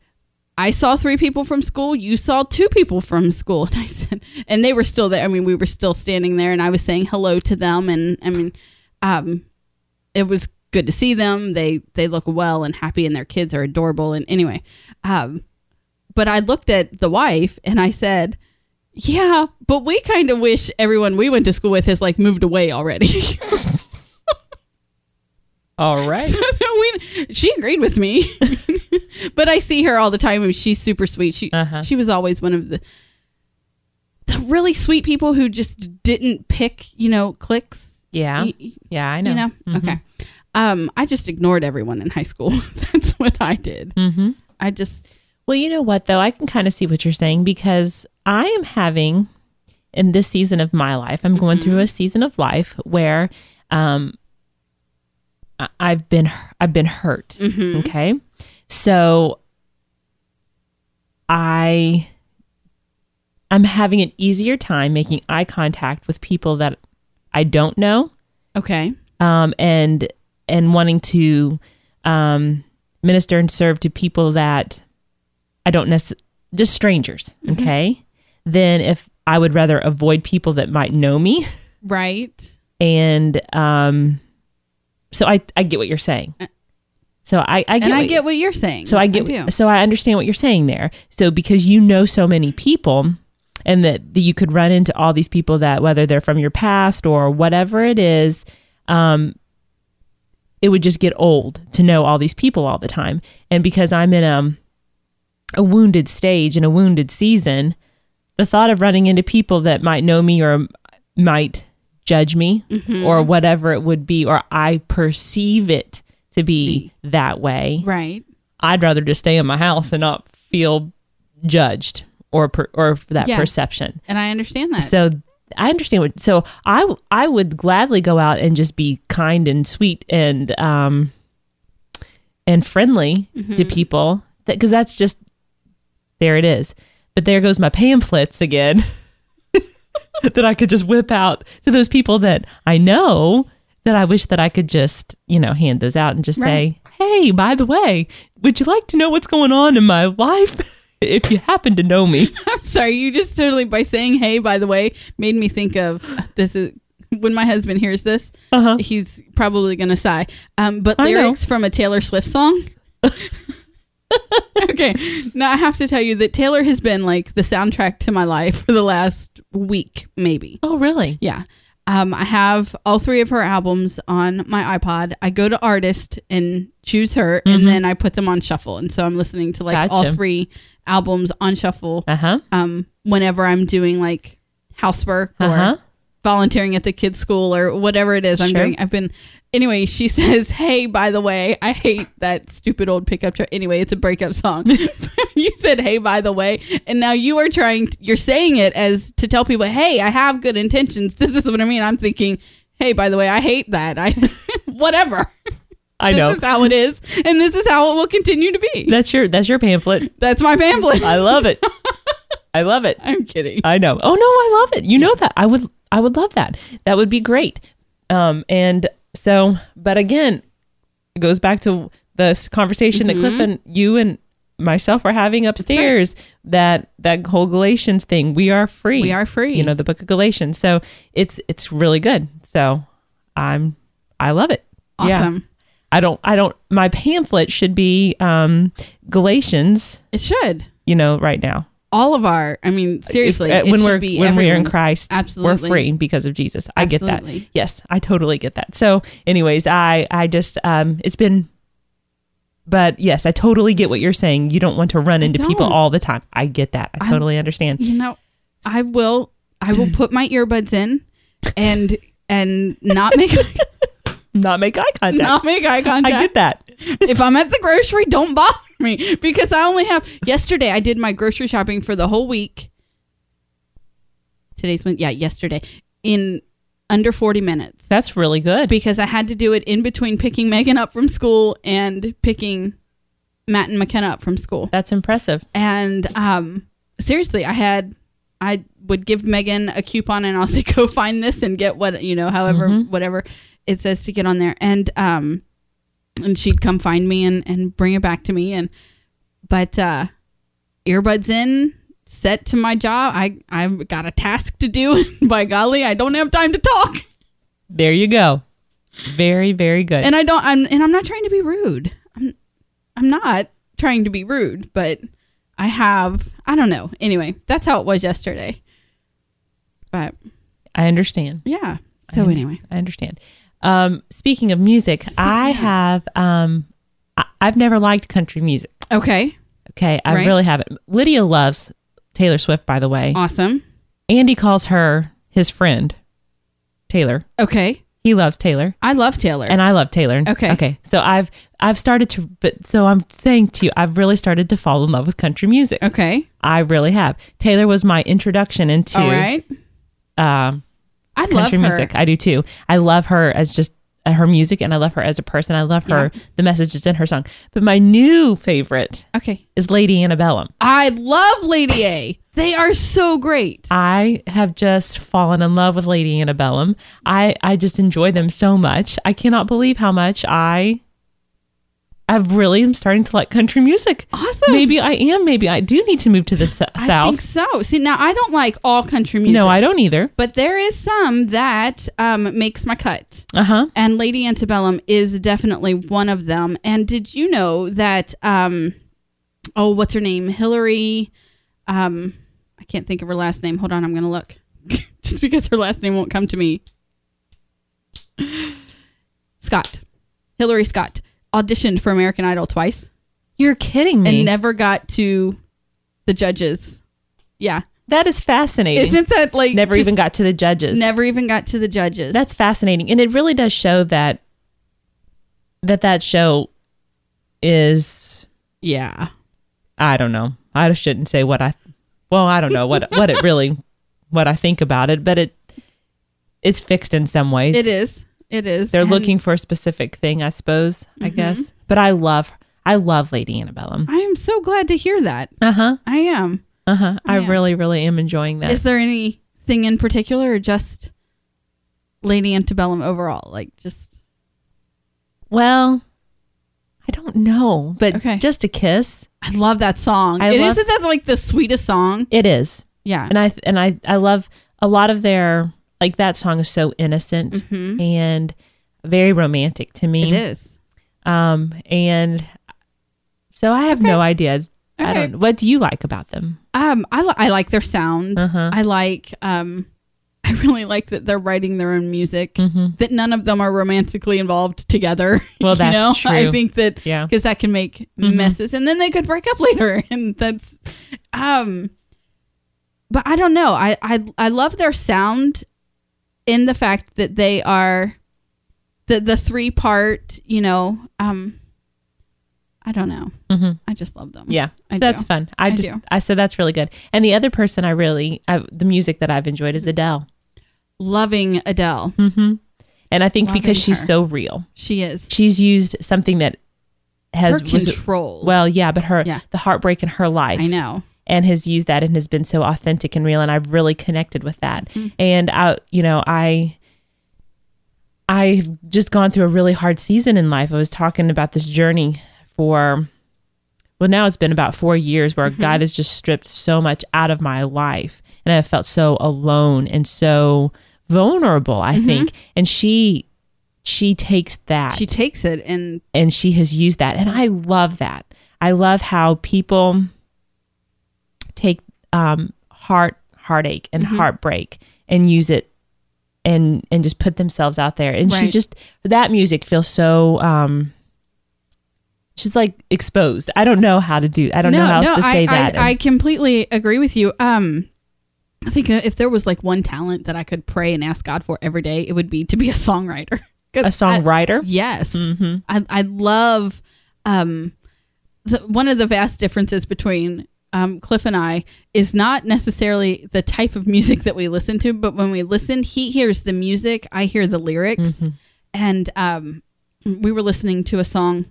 [SPEAKER 5] I saw three people from school. You saw two people from school. And I said, and they were still there. I mean, we were still standing there, and I was saying hello to them. And I mean, um, it was good to see them. They they look well and happy, and their kids are adorable. And anyway, um, but I looked at the wife and I said, "Yeah, but we kind of wish everyone we went to school with has like moved away already."
[SPEAKER 1] All right.
[SPEAKER 5] we, she agreed with me, but I see her all the time, and she's super sweet. She
[SPEAKER 1] Uh-huh.
[SPEAKER 5] she was always one of the the really sweet people who just didn't pick, you know, clicks.
[SPEAKER 1] yeah.
[SPEAKER 5] Y- y-
[SPEAKER 1] Yeah, I know. Mm-hmm.
[SPEAKER 5] You know, okay. Um, I just ignored everyone in high school. That's what I did. Mm-hmm. I just
[SPEAKER 1] Well, you know what though? I can kind of see what you're saying because I am having in this season of my life, I'm going through a season of life where um I- I've been I've been hurt. Okay? So I I'm having an easier time making eye contact with people that I don't know
[SPEAKER 5] okay,
[SPEAKER 1] um, and and wanting to um, minister and serve to people that I don't necessarily just strangers,
[SPEAKER 5] Mm-hmm.
[SPEAKER 1] okay? Then if I would rather avoid people that might know me,
[SPEAKER 5] right?
[SPEAKER 1] and um, so I I get what you're saying. So I, I get,
[SPEAKER 5] Uh, and I
[SPEAKER 1] what-
[SPEAKER 5] get what you're saying.
[SPEAKER 1] so I
[SPEAKER 5] do.
[SPEAKER 1] get so I understand what you're saying there. So because you know so many people and that, that you could run into all these people that whether they're from your past or whatever it is, um, it would just get old to know all these people all the time. And because I'm in um a wounded stage in a wounded season, the thought of running into people that might know me or might judge me or whatever it would be, or I perceive it to be that way.
[SPEAKER 5] right.
[SPEAKER 1] I'd rather just stay in my house and not feel judged or per, or that
[SPEAKER 5] Yeah.
[SPEAKER 1] perception.
[SPEAKER 5] And I understand that.
[SPEAKER 1] So I understand what. So I w- I would gladly go out and just be kind and sweet and um and friendly
[SPEAKER 5] Mm-hmm.
[SPEAKER 1] to people because that's just there it is. But there goes my pamphlets again that I could just whip out to those people that I know that I wish that I could just, you know, hand those out and just say, hey, by the way, would you like to know what's going on in my life? if you happen to know me.
[SPEAKER 5] I'm sorry, you just totally by saying "Hey," by the way, made me think of this is when my husband hears this, he's probably gonna sigh. Um, but
[SPEAKER 1] Uh-huh. I know.
[SPEAKER 5] lyrics from a Taylor Swift song. okay, now I have to tell you that Taylor has been like the soundtrack to my life for the last week, maybe.
[SPEAKER 1] Oh, really?
[SPEAKER 5] Yeah. Um, I have all three of her albums on my iPod. I go to artist and choose her, and then I put them on shuffle. And so I'm listening to like all
[SPEAKER 1] Mm-hmm. Gotcha.
[SPEAKER 5] three albums on shuffle
[SPEAKER 1] Uh huh.
[SPEAKER 5] um, whenever I'm doing like housework or
[SPEAKER 1] Uh-huh.
[SPEAKER 5] volunteering at the kids' school or whatever it is I'm
[SPEAKER 1] Sure.
[SPEAKER 5] doing. I've been anyway. She says, "Hey, by the way, I hate that stupid old pickup truck." Anyway, it's a breakup song. you said, "Hey, by the way," and now you are trying. You're saying it as to tell people, "Hey, I have good intentions." This is what I mean. I'm thinking. Hey, by the way, I hate that. I whatever.
[SPEAKER 1] I
[SPEAKER 5] this
[SPEAKER 1] know.
[SPEAKER 5] is how it is, and this is how it will continue to be.
[SPEAKER 1] That's your that's your pamphlet.
[SPEAKER 5] That's my pamphlet.
[SPEAKER 1] I love it. I love it.
[SPEAKER 5] I'm kidding.
[SPEAKER 1] I know. Oh no, I love it. You know that. I would I would love that. That would be great. Um and so but again, it goes back to this conversation that Cliff
[SPEAKER 5] Mm-hmm.
[SPEAKER 1] and you and myself were having upstairs that that whole Galatians thing. We are free.
[SPEAKER 5] We are free.
[SPEAKER 1] You know, the book of Galatians. So it's it's really good. So I'm I love it. Yeah.
[SPEAKER 5] Awesome.
[SPEAKER 1] I don't I don't my pamphlet should be um Galatians,
[SPEAKER 5] It should.
[SPEAKER 1] you know, right now.
[SPEAKER 5] all of our i mean seriously
[SPEAKER 1] If- uh,
[SPEAKER 5] it
[SPEAKER 1] when
[SPEAKER 5] should
[SPEAKER 1] we're
[SPEAKER 5] be
[SPEAKER 1] when we are in
[SPEAKER 5] everyone's.
[SPEAKER 1] Christ,
[SPEAKER 5] absolutely
[SPEAKER 1] we're free because of Jesus. I get that.
[SPEAKER 5] Absolutely.
[SPEAKER 1] Yes, I totally get that. So, anyways, I I just um, it's been, but yes, I totally get what you're saying. You don't want to run into people
[SPEAKER 5] don't.
[SPEAKER 1] all the time. I get that. I
[SPEAKER 5] I-
[SPEAKER 1] totally understand.
[SPEAKER 5] you know i will i will put my earbuds in and and not make
[SPEAKER 1] Not make eye contact.
[SPEAKER 5] not make eye contact
[SPEAKER 1] I get that.
[SPEAKER 5] if i'm at the grocery don't bother me because i only have yesterday i did my grocery shopping for the whole week today's one yeah yesterday in under 40 minutes
[SPEAKER 1] That's really good.
[SPEAKER 5] because I had to do it in between picking Megan up from school and picking Matt and McKenna up from school.
[SPEAKER 1] That's impressive.
[SPEAKER 5] And um, seriously, I had I would give Megan a coupon and I'll say go find this and get what you know, however whatever it says to get on there. And um, and she'd come find me and and bring it back to me. And but uh, earbuds in, set to my job. I I've got a task to do. By golly, I don't have time to talk.
[SPEAKER 1] There you go. Very very good.
[SPEAKER 5] And I don't. I'm and I'm not trying to be rude. I'm I'm not trying to be rude, but I have. I don't know. Anyway, that's how it was yesterday. But
[SPEAKER 1] I understand.
[SPEAKER 5] yeah. So anyway,
[SPEAKER 1] I understand. Um, speaking of music, I have um, I, I've never liked country music.
[SPEAKER 5] okay,
[SPEAKER 1] Okay, I
[SPEAKER 5] Right.
[SPEAKER 1] really haven't. Lydia loves Taylor Swift, by the way.
[SPEAKER 5] awesome.
[SPEAKER 1] Andy calls her his friend, Taylor.
[SPEAKER 5] Okay,
[SPEAKER 1] He loves Taylor,
[SPEAKER 5] I love Taylor.
[SPEAKER 1] and I love Taylor.
[SPEAKER 5] Okay.
[SPEAKER 1] okay. So I've I've started to, but so I'm saying to you, I've really started to fall in love with country music.
[SPEAKER 5] okay,
[SPEAKER 1] I really have. Taylor was my introduction into
[SPEAKER 5] all right.
[SPEAKER 1] um,
[SPEAKER 5] I love
[SPEAKER 1] country
[SPEAKER 5] her.
[SPEAKER 1] music. I do too. I love her as just uh, her music, and I love her as a person. I love her the messages in her song. But my new favorite
[SPEAKER 5] Okay,
[SPEAKER 1] is Lady Antebellum.
[SPEAKER 5] I love Lady A. They are so great.
[SPEAKER 1] I have just fallen in love with Lady Antebellum. I, I just enjoy them so much. I cannot believe how much I I've really am starting to like country music.
[SPEAKER 5] Awesome.
[SPEAKER 1] Maybe I am. Maybe I do need to move to the s-
[SPEAKER 5] I
[SPEAKER 1] south.
[SPEAKER 5] think so. See, now I don't like all country music.
[SPEAKER 1] no, I don't either.
[SPEAKER 5] But there is some that um, makes my cut.
[SPEAKER 1] Uh huh.
[SPEAKER 5] And Lady Antebellum is definitely one of them. And did you know that, um, oh, what's her name? Hillary. Um, I can't think of her last name. Hold on, I'm going to look. Just because her last name won't come to me. Scott. Hillary Scott auditioned for American Idol twice
[SPEAKER 1] You're kidding me.
[SPEAKER 5] and never got to the judges. Yeah.
[SPEAKER 1] that is fascinating.
[SPEAKER 5] Isn't that like
[SPEAKER 1] never even
[SPEAKER 5] just-
[SPEAKER 1] got to the judges.
[SPEAKER 5] never even got to the judges.
[SPEAKER 1] That's fascinating, and it really does show that that that show is.
[SPEAKER 5] yeah.
[SPEAKER 1] I don't know. I shouldn't say what I. Well, I don't know what what it really what I think about it, but it it's fixed in some ways.
[SPEAKER 5] It is. It is.
[SPEAKER 1] They're
[SPEAKER 5] And Mm-hmm.
[SPEAKER 1] looking for a specific thing, I suppose. I guess, but I love I love Lady Antebellum.
[SPEAKER 5] I am so glad to hear that.
[SPEAKER 1] Uh huh.
[SPEAKER 5] I am.
[SPEAKER 1] Uh huh. I
[SPEAKER 5] Uh-huh. Yeah.
[SPEAKER 1] really really am enjoying that.
[SPEAKER 5] Is there anything in particular or just Lady Antebellum overall? Like just
[SPEAKER 1] well, I don't know, but
[SPEAKER 5] Okay.
[SPEAKER 1] just a kiss.
[SPEAKER 5] I love that song.
[SPEAKER 1] I
[SPEAKER 5] It
[SPEAKER 1] love-
[SPEAKER 5] not that like the sweetest song.
[SPEAKER 1] It is.
[SPEAKER 5] Yeah.
[SPEAKER 1] and I and I I love a lot of their like that song is so innocent and very romantic to me.
[SPEAKER 5] Mm-hmm. it is.
[SPEAKER 1] Um, and so I have no idea. I
[SPEAKER 5] Okay.
[SPEAKER 1] don't. What do you like about them?
[SPEAKER 5] Um I li- I like their sound.
[SPEAKER 1] Uh-huh.
[SPEAKER 5] I like um I really like that they're writing their own music. That none of them are romantically involved together.
[SPEAKER 1] Mm-hmm. Well,
[SPEAKER 5] you
[SPEAKER 1] that's
[SPEAKER 5] know? I
[SPEAKER 1] true.
[SPEAKER 5] think that
[SPEAKER 1] Yeah. Mm-hmm.
[SPEAKER 5] because that can make messes, and then they could break up later, and that's um. But I don't know. I I I love their sound, in the fact that they are, the the three part. You know, um. I don't know. I just love them.
[SPEAKER 1] Mm-hmm. Yeah,
[SPEAKER 5] I
[SPEAKER 1] that's
[SPEAKER 5] do.
[SPEAKER 1] fun. I,
[SPEAKER 5] I
[SPEAKER 1] just
[SPEAKER 5] do.
[SPEAKER 1] I said that's really good. And the other person I really I, the music that I've enjoyed is Adele,
[SPEAKER 5] Loving Adele,
[SPEAKER 1] and I think
[SPEAKER 5] Loving
[SPEAKER 1] because she's
[SPEAKER 5] her.
[SPEAKER 1] so real,
[SPEAKER 5] she is.
[SPEAKER 1] she's used something that has
[SPEAKER 5] Her
[SPEAKER 1] was-
[SPEAKER 5] control.
[SPEAKER 1] well, yeah, but her
[SPEAKER 5] Yeah.
[SPEAKER 1] the heartbreak in her life.
[SPEAKER 5] I know.
[SPEAKER 1] and has used that and has been so authentic and real and I've really connected with that. And I you know, I I've just gone through a really hard season in life. I was talking about this journey for well now it's been about 4 years where God has just stripped so much out of my life and I have felt so alone and so vulnerable, I think. And she she takes that
[SPEAKER 5] She takes it and
[SPEAKER 1] and she has used that and i love that i love how people take um, heart heartache and
[SPEAKER 5] Mm-hmm.
[SPEAKER 1] heartbreak and use it and and just put themselves out there and she
[SPEAKER 5] Right.
[SPEAKER 1] just that music feels so um she's like exposed i don't know how to do i don't know how else to say
[SPEAKER 5] I,
[SPEAKER 1] that
[SPEAKER 5] I, I completely agree with you. Um, I think uh, if there was like one talent that I could pray and ask God for every day, it would be to be a songwriter. 'Cause
[SPEAKER 1] a songwriter
[SPEAKER 5] I- yes, I, I love. Um, the, one of the vast differences between um, Cliff and I is not necessarily the type of music that we listen to, but when we listen, he hears the music, I hear the lyrics, and um, we were listening to a song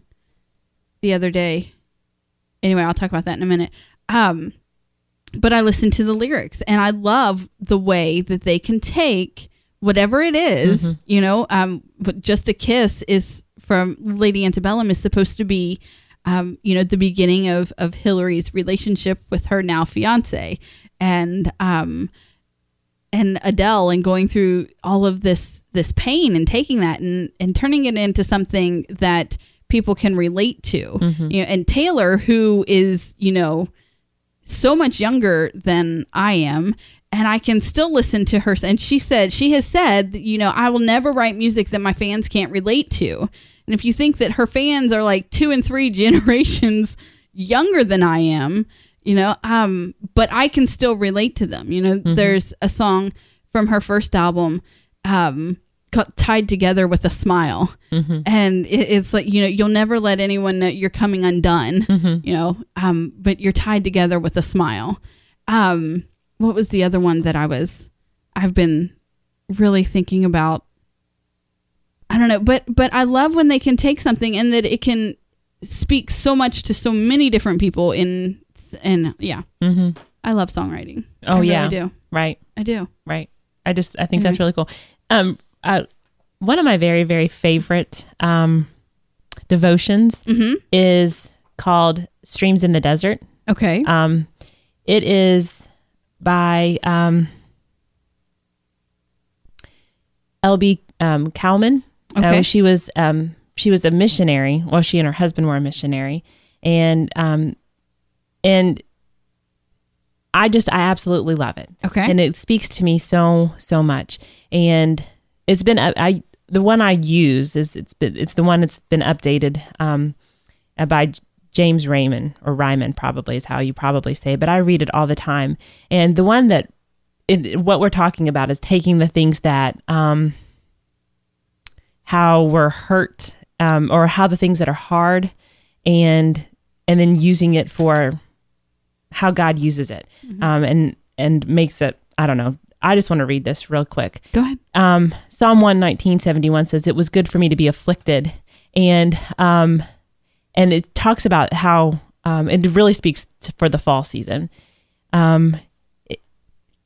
[SPEAKER 5] the other day. Anyway, I'll talk about that in a minute. Um, but I listen to the lyrics and I love the way that they can take whatever it is, you know, um, but just a kiss is from Lady Antebellum is supposed to be, um, you know, the beginning of, of Hillary's relationship with her now fiance. And, um, and Adele and going through all of this this pain and taking that and and turning it into something that people can relate to. You know, and Taylor who is, you know, so much younger than I am and I can still listen to her and she said she has said, you know, I will never write music that my fans can't relate to. And if you think that her fans are like two and three generations younger than I am, you know, um, but I can still relate to them. You know, there's a song from her first album um, called Tied Together with a Smile.
[SPEAKER 1] Mm-hmm.
[SPEAKER 5] And it, it's like, you know, you'll never let anyone know you're coming undone,
[SPEAKER 1] Mm-hmm.
[SPEAKER 5] you know, um, but you're tied together with a smile. Um, what was the other one that I was, I've been really thinking about I don't know, but but I love when they can take something and that it can speak so much to so many different people in and yeah. Mm-hmm. I love songwriting.
[SPEAKER 1] oh
[SPEAKER 5] I
[SPEAKER 1] yeah
[SPEAKER 5] I do.
[SPEAKER 1] right
[SPEAKER 5] I do.
[SPEAKER 1] right i just i think that's really cool um uh, one of my very very favorite um devotions
[SPEAKER 5] Mm-hmm.
[SPEAKER 1] is called Streams in the Desert.
[SPEAKER 5] Okay.
[SPEAKER 1] Um, it is by um, L.B. Um, Cowman. Uh,
[SPEAKER 5] Okay.
[SPEAKER 1] she was um, she was a missionary. Well, she and her husband were a missionary, and um, and I just I absolutely love it.
[SPEAKER 5] Okay.
[SPEAKER 1] and it speaks to me so so much. And it's been I, I the one I use is it's been, it's the one that's been updated um, uh, by J- James Raymond or Ryman probably is how you probably say, it, but I read it all the time. And the one that it, what we're talking about is taking the things that um, how we're hurt um, or how the things that are hard and and then using it for how God uses it um, and and makes it I don't know I just want to read this real quick
[SPEAKER 5] Go ahead.
[SPEAKER 1] um, Psalm 119, 71 says, It was good for me to be afflicted. And, um, and it talks about how, um, it really speaks to, for the fall season. Um, it-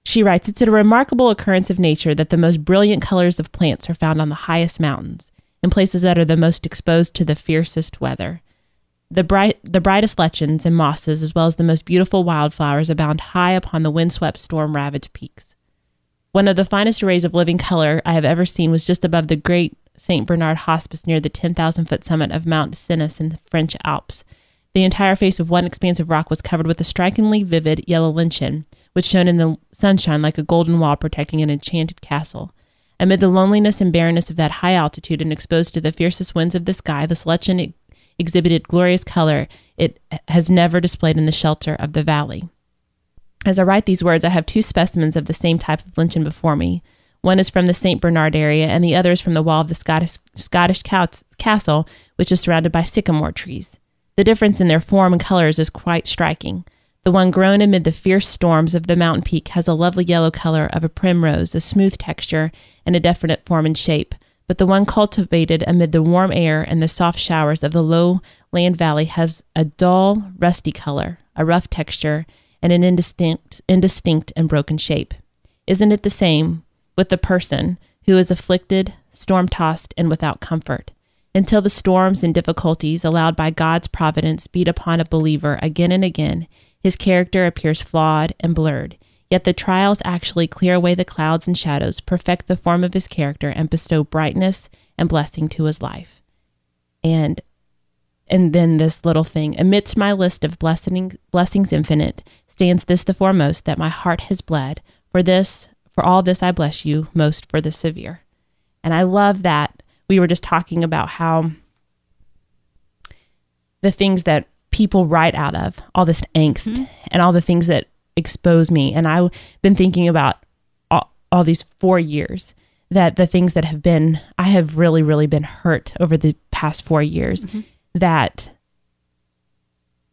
[SPEAKER 1] she writes, It's a remarkable occurrence of nature that the most brilliant colors of plants are found on the highest mountains, in places that are the most exposed to the fiercest weather. The bright, the brightest lichens and mosses, as well as the most beautiful wildflowers, abound high upon the windswept, storm-ravaged peaks. One of the finest arrays of living color I have ever seen was just above the great St. Bernard Hospice near the 10,000 foot summit of Mount Cenis in the French Alps. The entire face of one expanse of rock was covered with a strikingly vivid yellow lichen, which shone in the sunshine like a golden wall protecting an enchanted castle. Amid the loneliness and barrenness of that high altitude and exposed to the fiercest winds of the sky, this lichen e- exhibited glorious color it has never displayed in the shelter of the valley. As I write these words, I have two specimens of the same type of lynching before me. One is from the St. Bernard area, and the other is from the wall of the Scottish, Scottish cow- castle, which is surrounded by sycamore trees. The difference in their form and colors is quite striking. The one grown amid the fierce storms of the mountain peak has a lovely yellow color of a primrose, a smooth texture, and a definite form and shape. But the one cultivated amid the warm air and the soft showers of the low land valley has a dull, rusty color, a rough texture, and an indistinct, indistinct and broken shape. Isn't it the same with the person who is afflicted, storm tossed, and without comfort? Until the storms and difficulties allowed by God's providence beat upon a believer again and again, his character appears flawed and blurred. Yet the trials actually clear away the clouds and shadows, perfect the form of his character, and bestow brightness and blessing to his life. And and then this little thing amidst my list of blessing, blessings infinite stands this the foremost that my heart has bled for this for all this i bless you most for the severe and i love that we were just talking about how the things that people write out of all this angst and all the things that expose me and i've been thinking about all, all these four years that the things that have been i have really really been hurt over the past four years that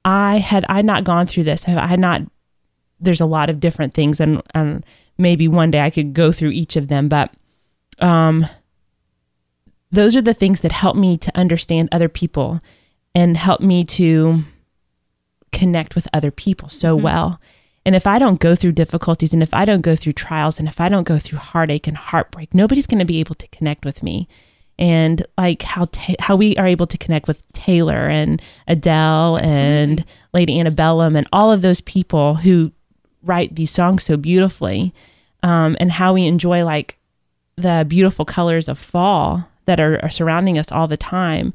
[SPEAKER 1] i had i not gone through this have i had not there's a lot of different things and, and maybe one day i could go through each of them but those are the things that help me to understand other people and help me to connect with other people so well. And if I don't go through difficulties and if I don't go through trials and if I don't go through heartache and heartbreak, nobody's going to be able to connect with me. And like how ta- how we are able to connect with Taylor and Adele and Lady Antebellum and all of those people who write these songs so beautifully, um, and how we enjoy like the beautiful colors of fall that are, are surrounding us all the time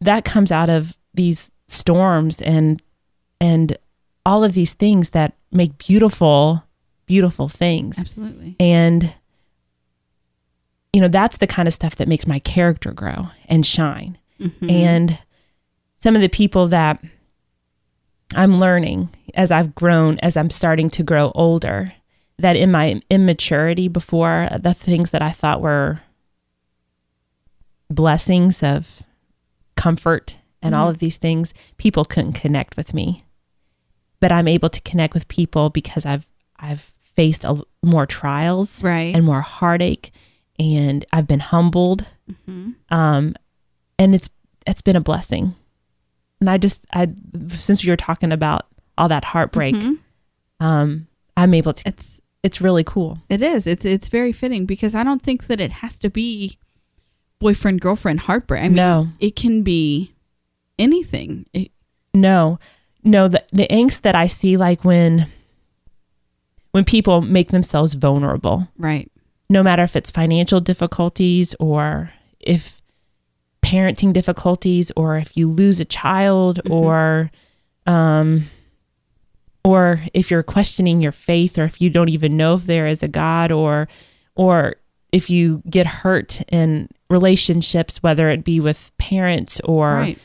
[SPEAKER 1] that comes out of these storms and and all of these things that make beautiful beautiful things
[SPEAKER 5] Absolutely.
[SPEAKER 1] and you know that's the kind of stuff that makes my character grow and shine and some of the people that i'm learning as i've grown as i'm starting to grow older that in my immaturity before the things that i thought were blessings of comfort and all of these things people couldn't connect with me but i'm able to connect with people because i've i've faced a, more trials
[SPEAKER 5] Right.
[SPEAKER 1] and more heartache and i've been humbled um and it's it's been a blessing and i just i since we were talking about all that heartbreak um i'm able to
[SPEAKER 5] It's
[SPEAKER 1] it's really cool
[SPEAKER 5] it is. It's it's very fitting because I don't think that it has to be boyfriend girlfriend heartbreak. I mean,
[SPEAKER 1] No.
[SPEAKER 5] it can be anything. It-
[SPEAKER 1] No, no. The the angst that I see, like when when people make themselves vulnerable,
[SPEAKER 5] right.
[SPEAKER 1] no matter if it's financial difficulties or if parenting difficulties or if you lose a child
[SPEAKER 5] Mm-hmm.
[SPEAKER 1] or um or if you're questioning your faith or if you don't even know if there is a god or or if you get hurt in relationships whether it be with parents or
[SPEAKER 5] Right.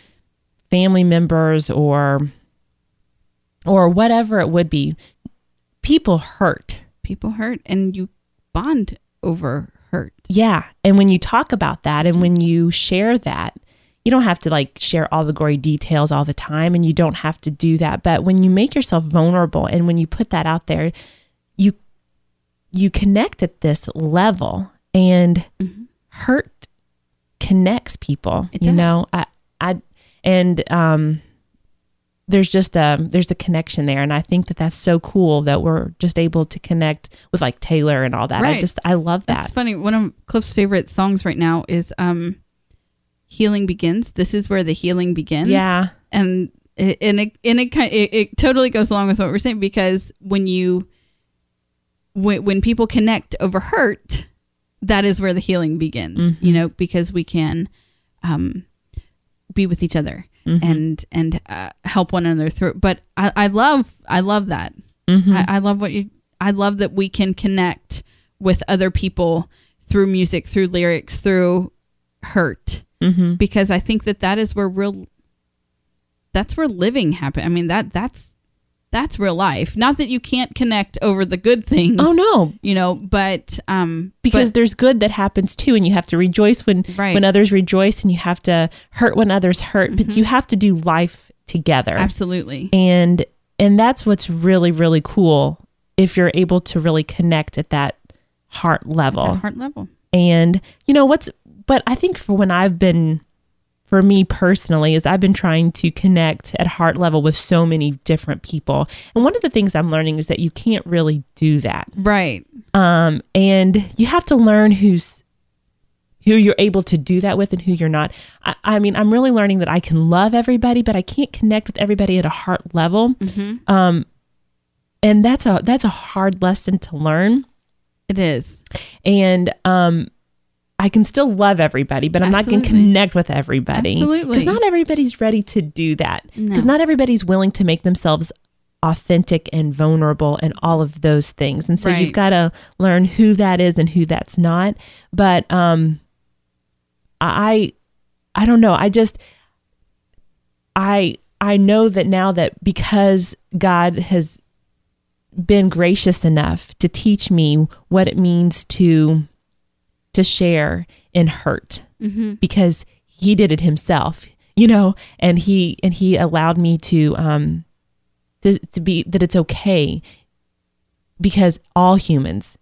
[SPEAKER 1] family members or or whatever it would be people hurt
[SPEAKER 5] People hurt and you bond over hurt.
[SPEAKER 1] yeah and when you talk about that and when you share that you don't have to like share all the gory details all the time and you don't have to do that but when you make yourself vulnerable and when you put that out there you you connect at this level and hurt connects people
[SPEAKER 5] Mm-hmm. It
[SPEAKER 1] you
[SPEAKER 5] does.
[SPEAKER 1] know i i and um there's just um there's a connection there and i think that that's so cool that we're just able to connect with like taylor and all that i
[SPEAKER 5] Right.
[SPEAKER 1] just i love that
[SPEAKER 5] That's funny. One of Cliff's favorite songs right now is um Healing Begins. This is where the healing begins.
[SPEAKER 1] Yeah.
[SPEAKER 5] And it, and it and it kind it, it totally goes along with what we're saying because when you when, when people connect over hurt, that is where the healing begins,
[SPEAKER 1] Mm-hmm.
[SPEAKER 5] you know, because we can um be with each other
[SPEAKER 1] Mm-hmm.
[SPEAKER 5] and and uh, help one another through. But I, I love I love that.
[SPEAKER 1] Mm-hmm.
[SPEAKER 5] I, I love what you. I love that we can connect with other people through music, through lyrics, through hurt, mm-hmm. because I think that that is where real. That's where living happens. I mean that that's that's real life. Not that you can't connect over the good things.
[SPEAKER 1] Oh no,
[SPEAKER 5] you know, but um,
[SPEAKER 1] because
[SPEAKER 5] but-
[SPEAKER 1] there's good that happens too, and you have to rejoice when
[SPEAKER 5] Right.
[SPEAKER 1] when others rejoice, and you have to hurt when others hurt. But
[SPEAKER 5] Mm-hmm.
[SPEAKER 1] you have to do life together,
[SPEAKER 5] absolutely
[SPEAKER 1] and and that's what's really really cool if you're able to really connect at that heart level.
[SPEAKER 5] at heart level.
[SPEAKER 1] And you know what's but I think for when I've been for me personally is I've been trying to connect at heart level with so many different people. And one of the things I'm learning is that you can't really do that.
[SPEAKER 5] Right.
[SPEAKER 1] um, and you have to learn who's who you're able to do that with and who you're not. I, I mean, I'm really learning that I can love everybody, but I can't connect with everybody at a heart level.
[SPEAKER 5] Mm-hmm.
[SPEAKER 1] Um, and that's a that's a hard lesson to learn.
[SPEAKER 5] It is.
[SPEAKER 1] And um, I can still love everybody, but I'm not going to
[SPEAKER 5] Absolutely.
[SPEAKER 1] connect with everybody
[SPEAKER 5] Absolutely.
[SPEAKER 1] because not everybody's ready to do that. Because
[SPEAKER 5] No.
[SPEAKER 1] not everybody's willing to make themselves authentic and vulnerable and all of those things. And so you've
[SPEAKER 5] Right.
[SPEAKER 1] got to learn who that is and who that's not. But um I I don't know. I just I I know that now that because God has been gracious enough to teach me what it means to to share in hurt because he did it himself you know and he and he allowed me to um to, to be that it's okay because all humans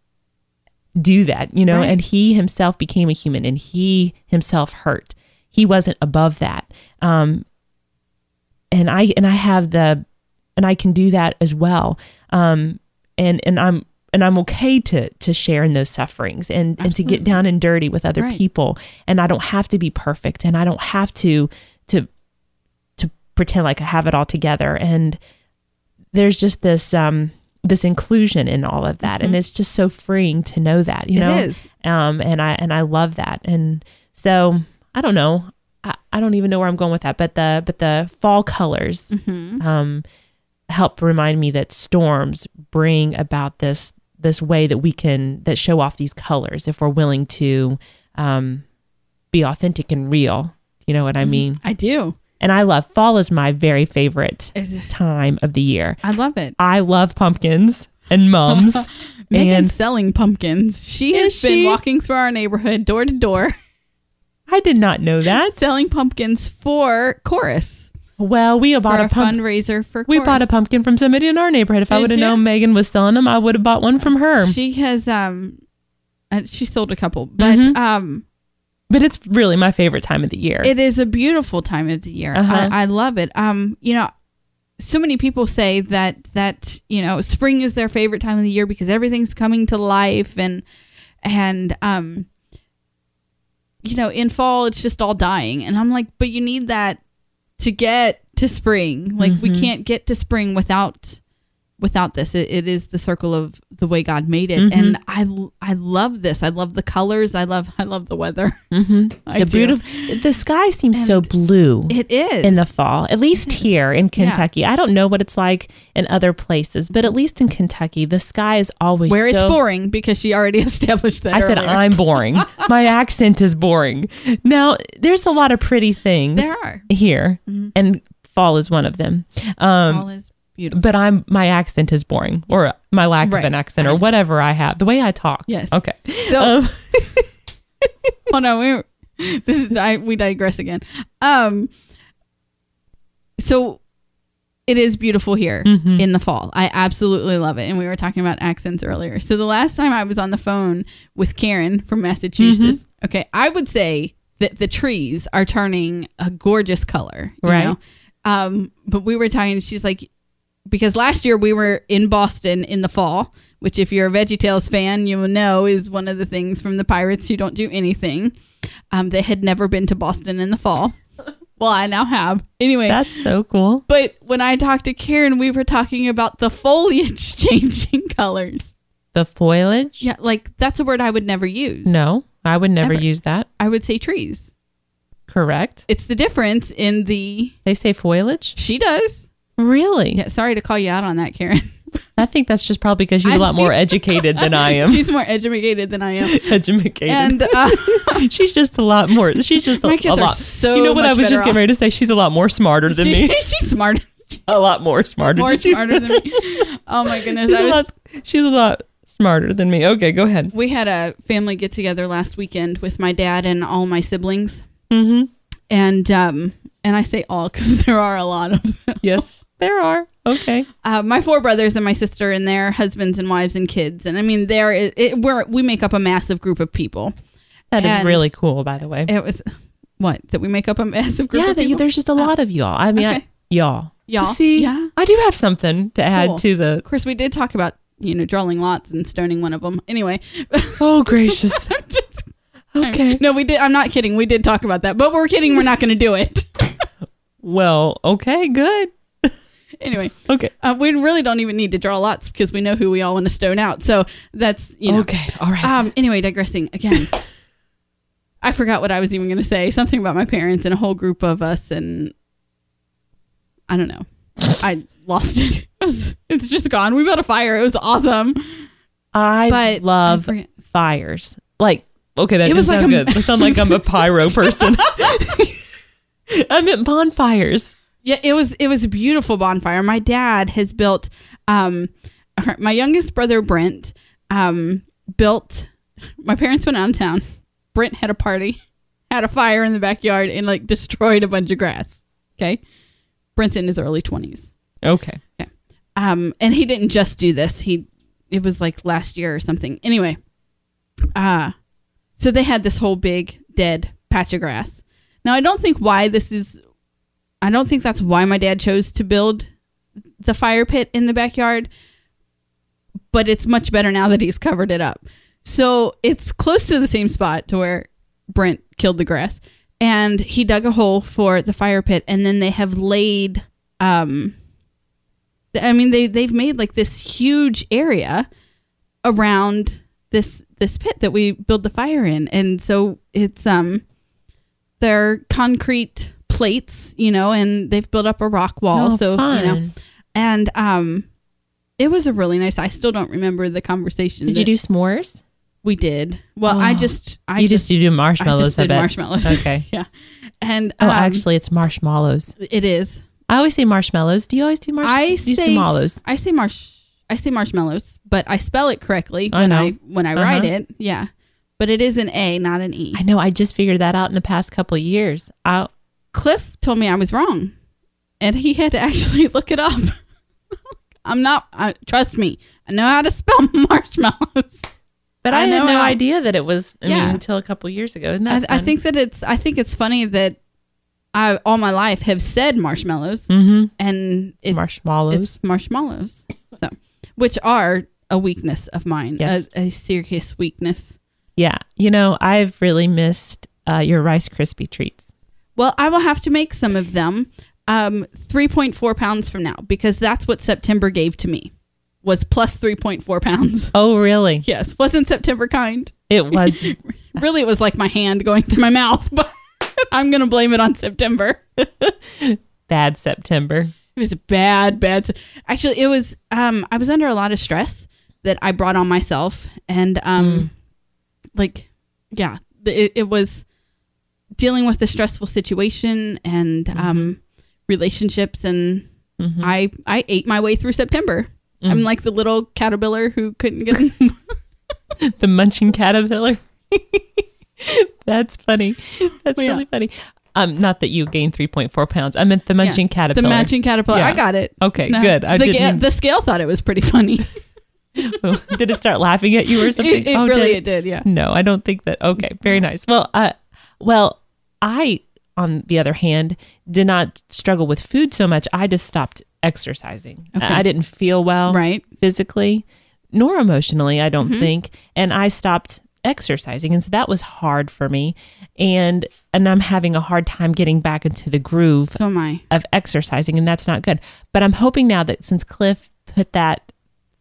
[SPEAKER 1] do that you know
[SPEAKER 5] Right.
[SPEAKER 1] and he himself became a human and he himself hurt he wasn't above that um and i and i have the and i can do that as well um and and i'm and i'm okay to to share in those sufferings and and to get down and dirty with other
[SPEAKER 5] Right.
[SPEAKER 1] people and i don't have to be perfect and i don't have to to to pretend like i have it all together and there's just this um this inclusion in all of that and it's just so freeing to know that you
[SPEAKER 5] Mm-hmm. It
[SPEAKER 1] know
[SPEAKER 5] is.
[SPEAKER 1] um and i and i love that and so i don't know i, I don't even know where i'm going with that but the but the fall colors
[SPEAKER 5] Mm-hmm.
[SPEAKER 1] um help remind me that storms bring about this this way that we can that show off these colors if we're willing to um be authentic and real you know what
[SPEAKER 5] Mm-hmm.
[SPEAKER 1] i mean
[SPEAKER 5] I do.
[SPEAKER 1] and i love fall is my very favorite
[SPEAKER 5] It's-
[SPEAKER 1] time of the year
[SPEAKER 5] I love it.
[SPEAKER 1] I love pumpkins and mums.
[SPEAKER 5] Megan's
[SPEAKER 1] and
[SPEAKER 5] selling pumpkins. She has
[SPEAKER 1] Is
[SPEAKER 5] been
[SPEAKER 1] she?
[SPEAKER 5] walking through our neighborhood door to door
[SPEAKER 1] I did not know that.
[SPEAKER 5] selling pumpkins for chorus.
[SPEAKER 1] Well, we bought
[SPEAKER 5] for
[SPEAKER 1] a
[SPEAKER 5] a
[SPEAKER 1] pumpkin.
[SPEAKER 5] fundraiser for
[SPEAKER 1] We
[SPEAKER 5] chorus.
[SPEAKER 1] bought a pumpkin from somebody in our neighborhood. If I
[SPEAKER 5] Did
[SPEAKER 1] would have
[SPEAKER 5] you?
[SPEAKER 1] known Megan was selling them, I would have bought one from her.
[SPEAKER 5] She has um uh, she sold a couple, but
[SPEAKER 1] Mhm.
[SPEAKER 5] um
[SPEAKER 1] but it's really my favorite time of the year.
[SPEAKER 5] it is a beautiful time of the year.
[SPEAKER 1] Uh-huh.
[SPEAKER 5] I, I love it. Um, you know, so many people say that that you know spring is their favorite time of the year because everything's coming to life and and um, you know, in fall it's just all dying. And I'm like, but you need that to get to spring. Like
[SPEAKER 1] Mm-hmm.
[SPEAKER 5] we can't get to spring without without this. It, it is the circle of the way God made it,
[SPEAKER 1] Mm-hmm.
[SPEAKER 5] and I l- I love this. I love the colors. I love I love the weather. I
[SPEAKER 1] Mm-hmm. the
[SPEAKER 5] do.
[SPEAKER 1] beautiful the sky seems so blue
[SPEAKER 5] It is
[SPEAKER 1] in the fall at least here in kentucky i don't know what it's like in other places but at least in kentucky the sky is always
[SPEAKER 5] where it's
[SPEAKER 1] so-
[SPEAKER 5] boring because she already established that.
[SPEAKER 1] i said
[SPEAKER 5] earlier.
[SPEAKER 1] i'm boring my accent is boring now there's a lot of pretty things
[SPEAKER 5] There are. Mm-hmm.
[SPEAKER 1] here and fall is one of them um
[SPEAKER 5] All is beautiful.
[SPEAKER 1] but i'm my accent is boring or my lack
[SPEAKER 5] Right.
[SPEAKER 1] of an accent or whatever i have the way i talk
[SPEAKER 5] Yes.
[SPEAKER 1] okay
[SPEAKER 5] So,
[SPEAKER 1] Um,
[SPEAKER 5] oh no, we this is I, we digress again. Um, so it is beautiful here
[SPEAKER 1] Mm-hmm.
[SPEAKER 5] in the fall. I absolutely love it, and we were talking about accents earlier. So the last time I was on the phone with Karen from Massachusetts,
[SPEAKER 1] Mm-hmm.
[SPEAKER 5] okay, I would say that the trees are turning a gorgeous color, you
[SPEAKER 1] Right.
[SPEAKER 5] know? Um, but we were talking. She's like, because last year we were in Boston in the fall, which if you're a VeggieTales fan, you will know is one of the things from the Pirates who don't do anything. Um, they had never been to Boston in the fall. well, I now have. Anyway,
[SPEAKER 1] that's so cool
[SPEAKER 5] but when I talked to Karen, we were talking about the foliage changing colors.
[SPEAKER 1] the foliage
[SPEAKER 5] Yeah, like that's a word I would never use.
[SPEAKER 1] no i would never
[SPEAKER 5] Ever.
[SPEAKER 1] use that
[SPEAKER 5] I would say trees.
[SPEAKER 1] correct
[SPEAKER 5] It's the difference in the
[SPEAKER 1] They say foliage?
[SPEAKER 5] she does.
[SPEAKER 1] Really?
[SPEAKER 5] Yeah, sorry to call you out on that, Karen.
[SPEAKER 1] I think that's just probably because she's
[SPEAKER 5] I
[SPEAKER 1] a lot more
[SPEAKER 5] think-
[SPEAKER 1] educated than I am.
[SPEAKER 5] She's more educated than I am.
[SPEAKER 1] educated.
[SPEAKER 5] And uh,
[SPEAKER 1] she's just a lot more. She's just a,
[SPEAKER 5] My kids
[SPEAKER 1] a
[SPEAKER 5] are
[SPEAKER 1] lot.
[SPEAKER 5] so
[SPEAKER 1] you know what
[SPEAKER 5] much
[SPEAKER 1] I was
[SPEAKER 5] better
[SPEAKER 1] just getting
[SPEAKER 5] off.
[SPEAKER 1] ready to say? She's a lot more smarter than me.
[SPEAKER 5] she, she's smart.
[SPEAKER 1] A lot more smarter.
[SPEAKER 5] more
[SPEAKER 1] than you.
[SPEAKER 5] smarter than me. Oh my goodness!
[SPEAKER 1] She's,
[SPEAKER 5] I
[SPEAKER 1] a
[SPEAKER 5] was,
[SPEAKER 1] lot, she's a lot smarter than me. Okay, go ahead.
[SPEAKER 5] we had a family get together last weekend with my dad and all my siblings,
[SPEAKER 1] Mm-hmm.
[SPEAKER 5] and um, and I say all because there are a lot of them.
[SPEAKER 1] Yes, there are. Okay.
[SPEAKER 5] Uh, my four brothers and my sister and their husbands and wives and kids, and I mean there is it, we're we make up a massive group of people.
[SPEAKER 1] that is
[SPEAKER 5] And-
[SPEAKER 1] really cool, by the way.
[SPEAKER 5] It was what that we make up a massive group.
[SPEAKER 1] Yeah,
[SPEAKER 5] of
[SPEAKER 1] that you,
[SPEAKER 5] people? Oh.
[SPEAKER 1] there's just a lot of y'all. I mean, I,
[SPEAKER 5] okay.
[SPEAKER 1] y'all.
[SPEAKER 5] Y'all.
[SPEAKER 1] See,
[SPEAKER 5] Yeah.
[SPEAKER 1] I do have something to add
[SPEAKER 5] Cool.
[SPEAKER 1] to the.
[SPEAKER 5] Of course, we did talk about you know drawing lots and stoning one of them. Anyway,
[SPEAKER 1] Oh, gracious.
[SPEAKER 5] just
[SPEAKER 1] Okay.
[SPEAKER 5] No, we did. I'm not kidding. We did talk about that, but we're kidding. We're not going to do it.
[SPEAKER 1] Well, okay, good.
[SPEAKER 5] anyway,
[SPEAKER 1] Okay.
[SPEAKER 5] uh, we really don't even need to draw lots because we know who we all want to stone out. So that's you know.
[SPEAKER 1] Okay, all right.
[SPEAKER 5] Um. Anyway, digressing again. I forgot what I was even going to say. Something about my parents and a whole group of us, and I don't know. I lost it. It was- It's just gone. We built a fire. It was awesome.
[SPEAKER 1] I
[SPEAKER 5] But- I
[SPEAKER 1] love
[SPEAKER 5] forget-
[SPEAKER 1] fires. Like, okay, that
[SPEAKER 5] It
[SPEAKER 1] doesn't
[SPEAKER 5] was like
[SPEAKER 1] sound
[SPEAKER 5] a-
[SPEAKER 1] good. That sounds like I'm a pyro person. I meant bonfires.
[SPEAKER 5] Yeah, it was it was a beautiful bonfire. My dad has built um her- my youngest brother Brent um built my parents went out of town. Brent had a party, had a fire in the backyard and like destroyed a bunch of grass. Okay? Brent's in his early 20s.
[SPEAKER 1] Okay.
[SPEAKER 5] Um and he didn't just do this. He it was like last year or something. Anyway, uh so they had this whole big dead patch of grass. Now I don't think why this is I don't think that's why my dad chose to build the fire pit in the backyard, but it's much better now that he's covered it up. So it's close to the same spot to where Brent killed the grass. And he dug a hole for the fire pit, and then they have laid. Um, th- I mean, they they've made like this huge area around this this pit that we build the fire in, and so it's um, they're concrete plates, you know, and they've built up a rock wall,
[SPEAKER 1] Oh,
[SPEAKER 5] so you know,
[SPEAKER 1] fun.
[SPEAKER 5] and um it was a really nice i still don't remember the conversation
[SPEAKER 1] Did
[SPEAKER 5] that
[SPEAKER 1] you do s'mores?
[SPEAKER 5] we did well i
[SPEAKER 1] Oh.
[SPEAKER 5] just i
[SPEAKER 1] you just, you do marshmallows.
[SPEAKER 5] I just
[SPEAKER 1] I
[SPEAKER 5] did
[SPEAKER 1] bet.
[SPEAKER 5] marshmallows
[SPEAKER 1] Okay.
[SPEAKER 5] yeah and
[SPEAKER 1] Oh,
[SPEAKER 5] um,
[SPEAKER 1] actually, it's marshmallows.
[SPEAKER 5] it is
[SPEAKER 1] I always say marshmallows. Do you always do
[SPEAKER 5] i
[SPEAKER 1] marshmallows? You
[SPEAKER 5] say
[SPEAKER 1] say marshmallows.
[SPEAKER 5] i say marsh i say marshmallows but i spell it correctly
[SPEAKER 1] I
[SPEAKER 5] when
[SPEAKER 1] know.
[SPEAKER 5] i when i write
[SPEAKER 1] Uh-huh.
[SPEAKER 5] it yeah but it is an a not an e
[SPEAKER 1] I know. I just figured that out in the past couple of years. I,
[SPEAKER 5] cliff told me i was wrong and he had to actually look it up i'm not I, trust me i know how to spell marshmallows
[SPEAKER 1] but
[SPEAKER 5] I
[SPEAKER 1] I, had
[SPEAKER 5] know
[SPEAKER 1] no
[SPEAKER 5] how-
[SPEAKER 1] idea that it was. I
[SPEAKER 5] Yeah.
[SPEAKER 1] mean, until a couple of years ago. Isn't
[SPEAKER 5] I,
[SPEAKER 1] that?
[SPEAKER 5] I
[SPEAKER 1] fun?
[SPEAKER 5] think that it's I think it's funny that I all my life have said marshmallows
[SPEAKER 1] Mhm.
[SPEAKER 5] and
[SPEAKER 1] It's marshmallows.
[SPEAKER 5] it's marshmallows. So, which are a weakness of mine,
[SPEAKER 1] Yes.
[SPEAKER 5] a, a serious weakness.
[SPEAKER 1] Yeah. You know, I've really missed uh, your Rice Krispie treats.
[SPEAKER 5] Well, I will have to make some of them um, 3.4 pounds from now because that's what September gave to me was plus 3.4 pounds.
[SPEAKER 1] Oh, really?
[SPEAKER 5] Yes, wasn't September kind.
[SPEAKER 1] It was.
[SPEAKER 5] Really, it was like my hand going to my mouth, but I'm going to blame it on September.
[SPEAKER 1] bad September.
[SPEAKER 5] It was a bad, bad. se- Actually, it was. Um, I was under a lot of stress that I brought on myself, and
[SPEAKER 1] Mm.
[SPEAKER 5] um, like, yeah, th- it, it was dealing with a stressful situation and
[SPEAKER 1] Mm-hmm.
[SPEAKER 5] um, relationships, and I I ate my way through September.
[SPEAKER 1] Mm.
[SPEAKER 5] I'm like the little caterpillar who couldn't get.
[SPEAKER 1] The munching caterpillar. That's funny. That's
[SPEAKER 5] Well, yeah.
[SPEAKER 1] really funny. Um, not that you gained three point four pounds. I meant the munching
[SPEAKER 5] Yeah,
[SPEAKER 1] caterpillar.
[SPEAKER 5] The matching caterpillar.
[SPEAKER 1] Yeah.
[SPEAKER 5] I got it.
[SPEAKER 1] Okay, good. I
[SPEAKER 5] the, ga-
[SPEAKER 1] didn't-
[SPEAKER 5] the scale thought it was pretty funny.
[SPEAKER 1] Oh, did it start laughing at you or something?
[SPEAKER 5] it it
[SPEAKER 1] Oh,
[SPEAKER 5] really
[SPEAKER 1] did
[SPEAKER 5] it did. Yeah.
[SPEAKER 1] No, I don't think that. Okay, very nice. Well, uh, well, I, on the other hand, did not struggle with food so much. I just stopped exercising.
[SPEAKER 5] Okay.
[SPEAKER 1] I didn't feel well,
[SPEAKER 5] Right.
[SPEAKER 1] physically nor emotionally. I
[SPEAKER 5] Mm-hmm.
[SPEAKER 1] don't think, and I stopped exercising, and so that was hard for me, and and I'm having a hard time getting back into the groove
[SPEAKER 5] So am I.
[SPEAKER 1] of exercising, and that's not good. But I'm hoping now that since Cliff put that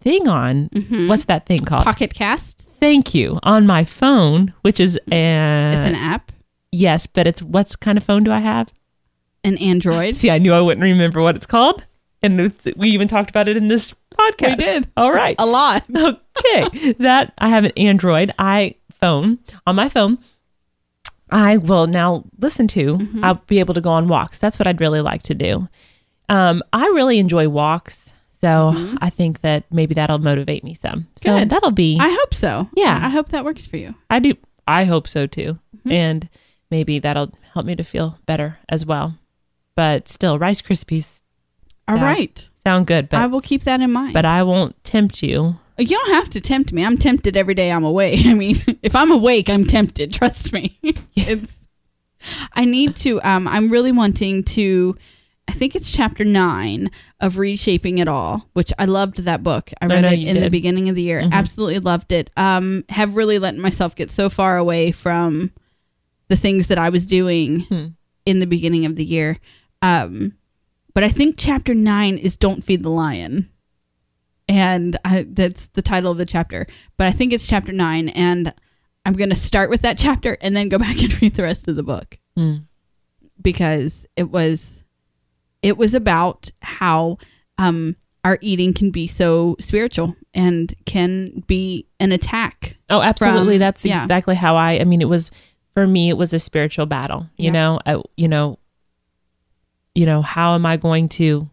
[SPEAKER 1] thing on, what's that thing called?
[SPEAKER 5] Mm-hmm. Pocket cast.
[SPEAKER 1] Thank you on my phone, which is an,
[SPEAKER 5] It's an app.
[SPEAKER 1] yes, but it's what kind of phone do I have?
[SPEAKER 5] an Android.
[SPEAKER 1] See, I knew I wouldn't remember what it's called, and it's, we even talked about it in this podcast.
[SPEAKER 5] did.
[SPEAKER 1] All right.
[SPEAKER 5] a lot.
[SPEAKER 1] okay, that I have an Android iPhone on my phone. I will now listen to.
[SPEAKER 5] Mm-hmm.
[SPEAKER 1] I'll be able to go on walks. That's what I'd really like to do. Um, I really enjoy walks, so I think that maybe that'll motivate me some. So
[SPEAKER 5] Mm-hmm. Good.
[SPEAKER 1] that'll be.
[SPEAKER 5] I hope so.
[SPEAKER 1] Yeah.
[SPEAKER 5] I hope that works for you.
[SPEAKER 1] I do. I hope so too.
[SPEAKER 5] Mm-hmm.
[SPEAKER 1] And maybe that'll help me to feel better as well. But still, Rice Krispies
[SPEAKER 5] All right,
[SPEAKER 1] Yeah. sound good, but
[SPEAKER 5] I
[SPEAKER 1] I,
[SPEAKER 5] will keep that in mind.
[SPEAKER 1] but I won't tempt you.
[SPEAKER 5] you don't have to tempt me. I'm tempted every day I'm awake. I mean, if I'm awake, I'm tempted. Trust me. it's, I need to, um, I'm really wanting to, I think it's chapter nine of Reshaping It All, which I loved that book. I
[SPEAKER 1] No,
[SPEAKER 5] read
[SPEAKER 1] no,
[SPEAKER 5] it
[SPEAKER 1] you
[SPEAKER 5] in the
[SPEAKER 1] did. Mm-hmm.
[SPEAKER 5] beginning of the year. Absolutely loved it. Um, have really let myself get so far away from the things that I was doing
[SPEAKER 1] Hmm.
[SPEAKER 5] in the beginning of the year. Um, but I think chapter nine is "Don't Feed the Lion," and I, that's the title of the chapter. But I think it's chapter nine, and I'm going to start with that chapter and then go back and read the rest of the book
[SPEAKER 1] Mm.
[SPEAKER 5] because it was it was about how um, our eating can be so spiritual and can be an attack.
[SPEAKER 1] Oh, absolutely.
[SPEAKER 5] From-
[SPEAKER 1] That's
[SPEAKER 5] yeah.
[SPEAKER 1] exactly how I. I mean, it was for me. It was a spiritual battle. You
[SPEAKER 5] Yeah.
[SPEAKER 1] know. I. You know. You know. How am I going to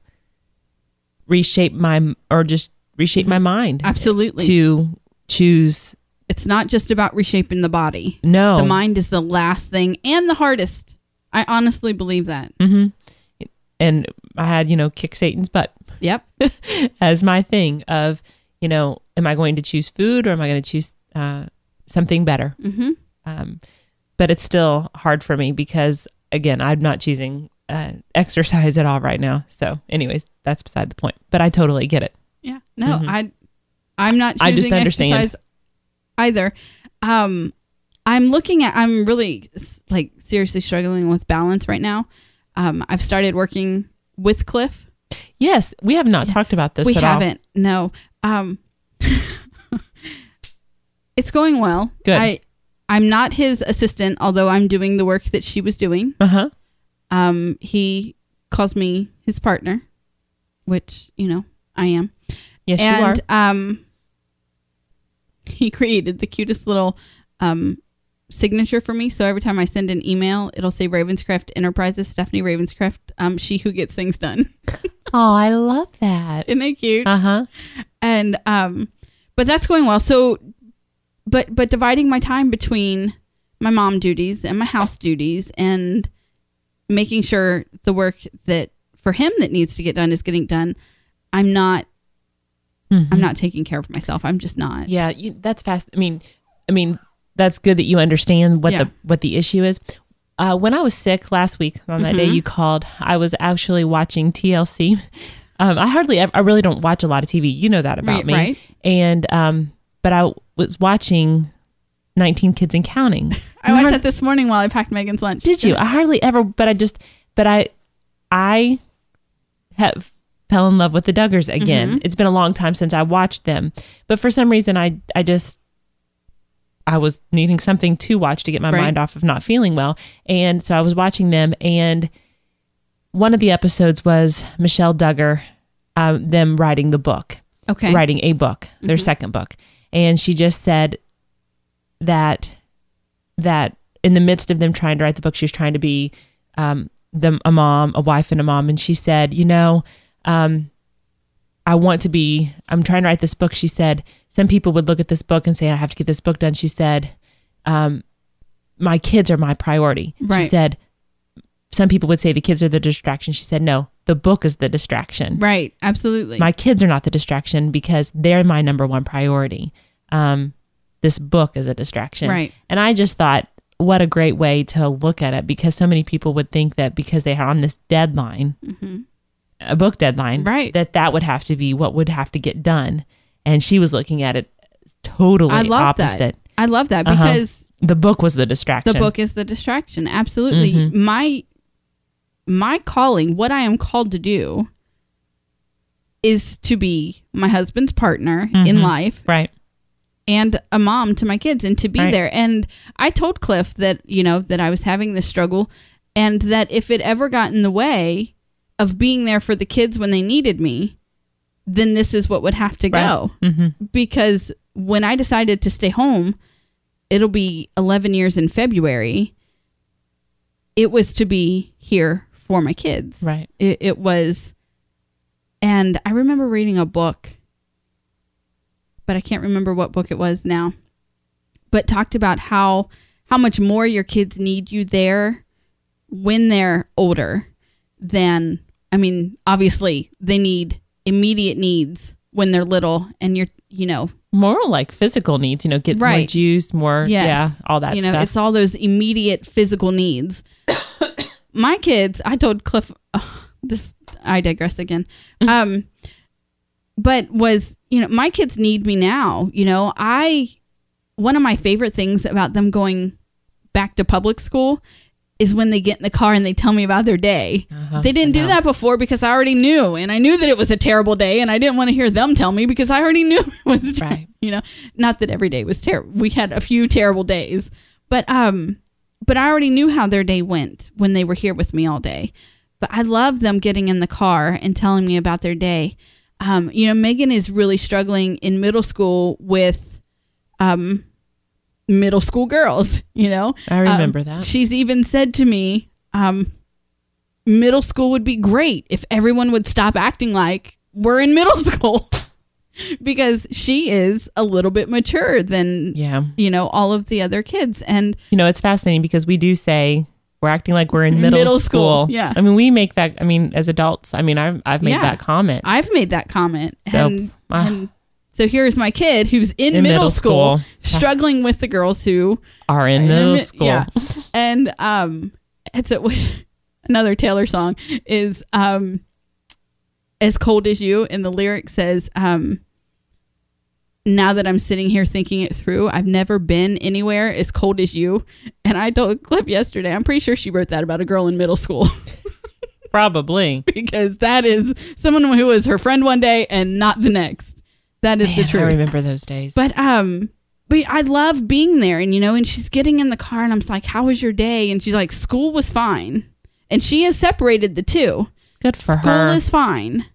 [SPEAKER 1] reshape my or just reshape my mind?
[SPEAKER 5] Absolutely,
[SPEAKER 1] To choose
[SPEAKER 5] it's not just about reshaping the body.
[SPEAKER 1] no
[SPEAKER 5] The mind is the last thing and the hardest. I honestly believe that.
[SPEAKER 1] Mm. and I had you know kick Satan's butt.
[SPEAKER 5] Yep.
[SPEAKER 1] as my thing of you know am i going to choose food or am i going to choose uh, something better mm-hmm. um, but it's still hard for me because again i'm not choosing uh, exercise at all right now so anyways that's beside the point but i totally get it
[SPEAKER 5] Yeah. No, I I'm not choosing
[SPEAKER 1] Mm-hmm. I just understand.
[SPEAKER 5] exercise either. Um I'm looking at I'm really s- like seriously struggling with balance right now. Um I've started working with Cliff.
[SPEAKER 1] yes we have not talked about this
[SPEAKER 5] we
[SPEAKER 1] at all
[SPEAKER 5] haven't. No. Um It's going well.
[SPEAKER 1] Good.
[SPEAKER 5] I I'm not his assistant although I'm doing the work that she was doing.
[SPEAKER 1] uh-huh
[SPEAKER 5] Um, he calls me his partner, which you know I am.
[SPEAKER 1] yes
[SPEAKER 5] and
[SPEAKER 1] you
[SPEAKER 5] um, he created the cutest little um signature for me. So every time I send an email, it'll say Ravenscraft Enterprises, Stephanie Ravenscraft, um, she who gets things done.
[SPEAKER 1] are oh i love that
[SPEAKER 5] Isn't that cute?
[SPEAKER 1] uh-huh
[SPEAKER 5] and um but that's going well so but but dividing my time between my mom duties and my house duties and making sure the work that for him that needs to get done is getting done i'm not
[SPEAKER 1] Mm-hmm.
[SPEAKER 5] i'm not taking care of myself i'm just not
[SPEAKER 1] yeah you, that's fast i mean i mean that's good that you understand what
[SPEAKER 5] Yeah.
[SPEAKER 1] the what the issue is uh, when i was sick last week on that day you called i was actually watching tlc um, i hardly ever, i really don't watch a lot of tv you know that about
[SPEAKER 5] Right,
[SPEAKER 1] me
[SPEAKER 5] right.
[SPEAKER 1] and um, but i was watching 19 kids and counting.
[SPEAKER 5] I watched that this morning while I packed Megan's lunch.
[SPEAKER 1] Did you? I hardly ever, but I just, but I, I have fell in love with the Duggars again. It's been a long time since I watched them, but for some reason, I, I just, I was needing something to watch to get my
[SPEAKER 5] Right.
[SPEAKER 1] mind off of not feeling well, and so I was watching them, and one of the episodes was Michelle Duggar, uh, them writing the book,
[SPEAKER 5] Okay. Mm-hmm.
[SPEAKER 1] writing a book, their second book, and she just said that that in the midst of them trying to write the book, she was trying to be um, them a mom, a wife, and a mom, and she said, you know, um, I want to be. I'm trying to write this book. She said some people would look at this book and say, I have to get this book done. She said, um, my kids are my priority. She
[SPEAKER 5] Right.
[SPEAKER 1] said. Some people would say the kids are the distraction. She said, no, the book is the distraction
[SPEAKER 5] Right. Absolutely.
[SPEAKER 1] my kids are not the distraction because they're my number one priority. Um, this book is a distraction.
[SPEAKER 5] Right.
[SPEAKER 1] And I just thought, what a great way to look at it because so many people would think that because they are on this deadline, a book deadline,
[SPEAKER 5] Mm-hmm. Right.
[SPEAKER 1] that that would have to be what would have to get done. And she was looking at it totally
[SPEAKER 5] I love
[SPEAKER 1] opposite.
[SPEAKER 5] that. I love that
[SPEAKER 1] Uh-huh.
[SPEAKER 5] because
[SPEAKER 1] the book was the distraction.
[SPEAKER 5] the book is the distraction absolutely
[SPEAKER 1] Mm-hmm.
[SPEAKER 5] my my calling what i am called to do is to be my husband's partner
[SPEAKER 1] Mm-hmm.
[SPEAKER 5] in life
[SPEAKER 1] Right.
[SPEAKER 5] and a mom to my kids and to be
[SPEAKER 1] Right.
[SPEAKER 5] there and i told cliff that you know that i was having this struggle and that if it ever got in the way of being there for the kids when they needed me then this is what would have to
[SPEAKER 1] Right.
[SPEAKER 5] go
[SPEAKER 1] Mm-hmm.
[SPEAKER 5] because when I decided to stay home, it'll be 11 years in February. It was to be here for my kids.
[SPEAKER 1] Right.
[SPEAKER 5] It, it was, and I remember reading a book, but I can't remember what book it was now. But talked about how how much more your kids need you there when they're older than I mean, obviously they need immediate needs when they're little and you're you know,
[SPEAKER 1] More like physical needs, you know, get more
[SPEAKER 5] Right.
[SPEAKER 1] juice, more,
[SPEAKER 5] yes,
[SPEAKER 1] yeah, all that
[SPEAKER 5] you know,
[SPEAKER 1] stuff.
[SPEAKER 5] it's all those immediate physical needs. My kids, I told Cliff ugh, this I digress again. Um but was, you know, my kids need me now, you know. I one of my favorite things about them going back to public school is when they get in the car and they tell me about their day.
[SPEAKER 1] Uh-huh.
[SPEAKER 5] they didn't do that before because I already knew, and I knew that it was a terrible day, and I didn't want to hear them tell me because I already knew it was. ter-
[SPEAKER 1] Right.
[SPEAKER 5] You know, not that every day was terrible. We had a few terrible days, but um, but I already knew how their day went when they were here with me all day. But I love them getting in the car and telling me about their day. Um, you know, Megan is really struggling in middle school with um, middle school girls, you know?
[SPEAKER 1] I remember
[SPEAKER 5] Um,
[SPEAKER 1] that.
[SPEAKER 5] She's even said to me, um, middle school would be great if everyone would stop acting like we're in middle school because she is a little bit mature than,
[SPEAKER 1] yeah.
[SPEAKER 5] you know, all of the other kids. And
[SPEAKER 1] you know, it's fascinating because we do say we're acting like we're in middle,
[SPEAKER 5] Middle
[SPEAKER 1] school.
[SPEAKER 5] school, yeah.
[SPEAKER 1] I mean, we make that, I mean, as adults, I mean, I've, I've made
[SPEAKER 5] Yeah.
[SPEAKER 1] that comment.
[SPEAKER 5] I've made that comment.
[SPEAKER 1] So,
[SPEAKER 5] and,
[SPEAKER 1] ah.
[SPEAKER 5] and so here's my kid who's in, middle, school, struggling with the girls who
[SPEAKER 1] Are in middle
[SPEAKER 5] mi-
[SPEAKER 1] school.
[SPEAKER 5] Yeah. and um, it's a, which, another Taylor song is um, as cold as you, and the lyric says, um, "Now that I'm sitting here thinking it through, I've never been anywhere as cold as you." And I told Clip yesterday, I'm pretty sure she wrote that about a girl in middle school
[SPEAKER 1] Probably.
[SPEAKER 5] because that is someone who was her friend one day and not the next. That is the
[SPEAKER 1] Man, I
[SPEAKER 5] truth.
[SPEAKER 1] remember those days.
[SPEAKER 5] But um, but I love being there, and you know, and she's getting in the car, and I'm just like, "How was your day?" And she's like, "School was fine," and she has separated the two.
[SPEAKER 1] Good for
[SPEAKER 5] School
[SPEAKER 1] her.
[SPEAKER 5] is fine,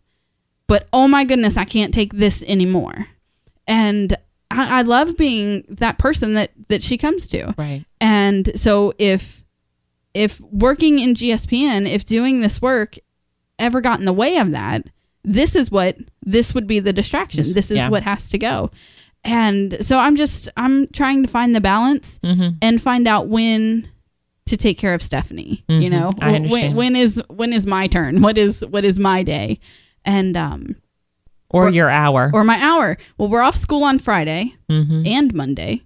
[SPEAKER 5] but oh my goodness, I can't take this anymore. And I, I love being that person that that she comes to.
[SPEAKER 1] right.
[SPEAKER 5] And so if if working in GSPN, if doing this work ever got in the way of that, this is what this would be the distraction.
[SPEAKER 1] This-
[SPEAKER 5] This, is
[SPEAKER 1] yeah.
[SPEAKER 5] what has to go. And so I'm just I'm trying to find the balance
[SPEAKER 1] Mm-hmm.
[SPEAKER 5] and find out when to take care of Stephanie. You
[SPEAKER 1] Mhm.
[SPEAKER 5] know,
[SPEAKER 1] I understand.
[SPEAKER 5] when when is when is my turn? What is what is my day? And um
[SPEAKER 1] Or,
[SPEAKER 5] Or-
[SPEAKER 1] your hour.
[SPEAKER 5] or my hour. Well, we're off school on Friday
[SPEAKER 1] mm-hmm.
[SPEAKER 5] and Monday.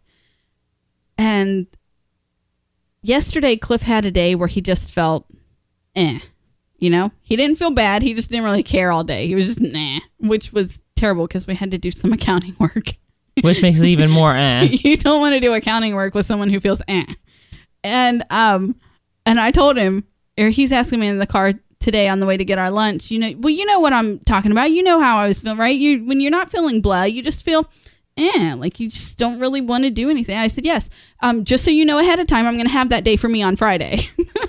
[SPEAKER 5] And yesterday, Cliff had a day where he just felt, eh. You know, he didn't feel bad. He just didn't really care all day. He was just nah, which was terrible because we had to do some accounting work.
[SPEAKER 1] which makes it even more eh.
[SPEAKER 5] you don't want to do accounting work with someone who feels eh. And um and I told him or he's asking me in the car today on the way to get our lunch, you know, well you know what I'm talking about. You know how I was feeling, right? You when you're not feeling blah, you just feel eh, like you just don't really want to do anything. I said, "Yes. Um just so you know ahead of time, I'm going to have that day for me on Friday."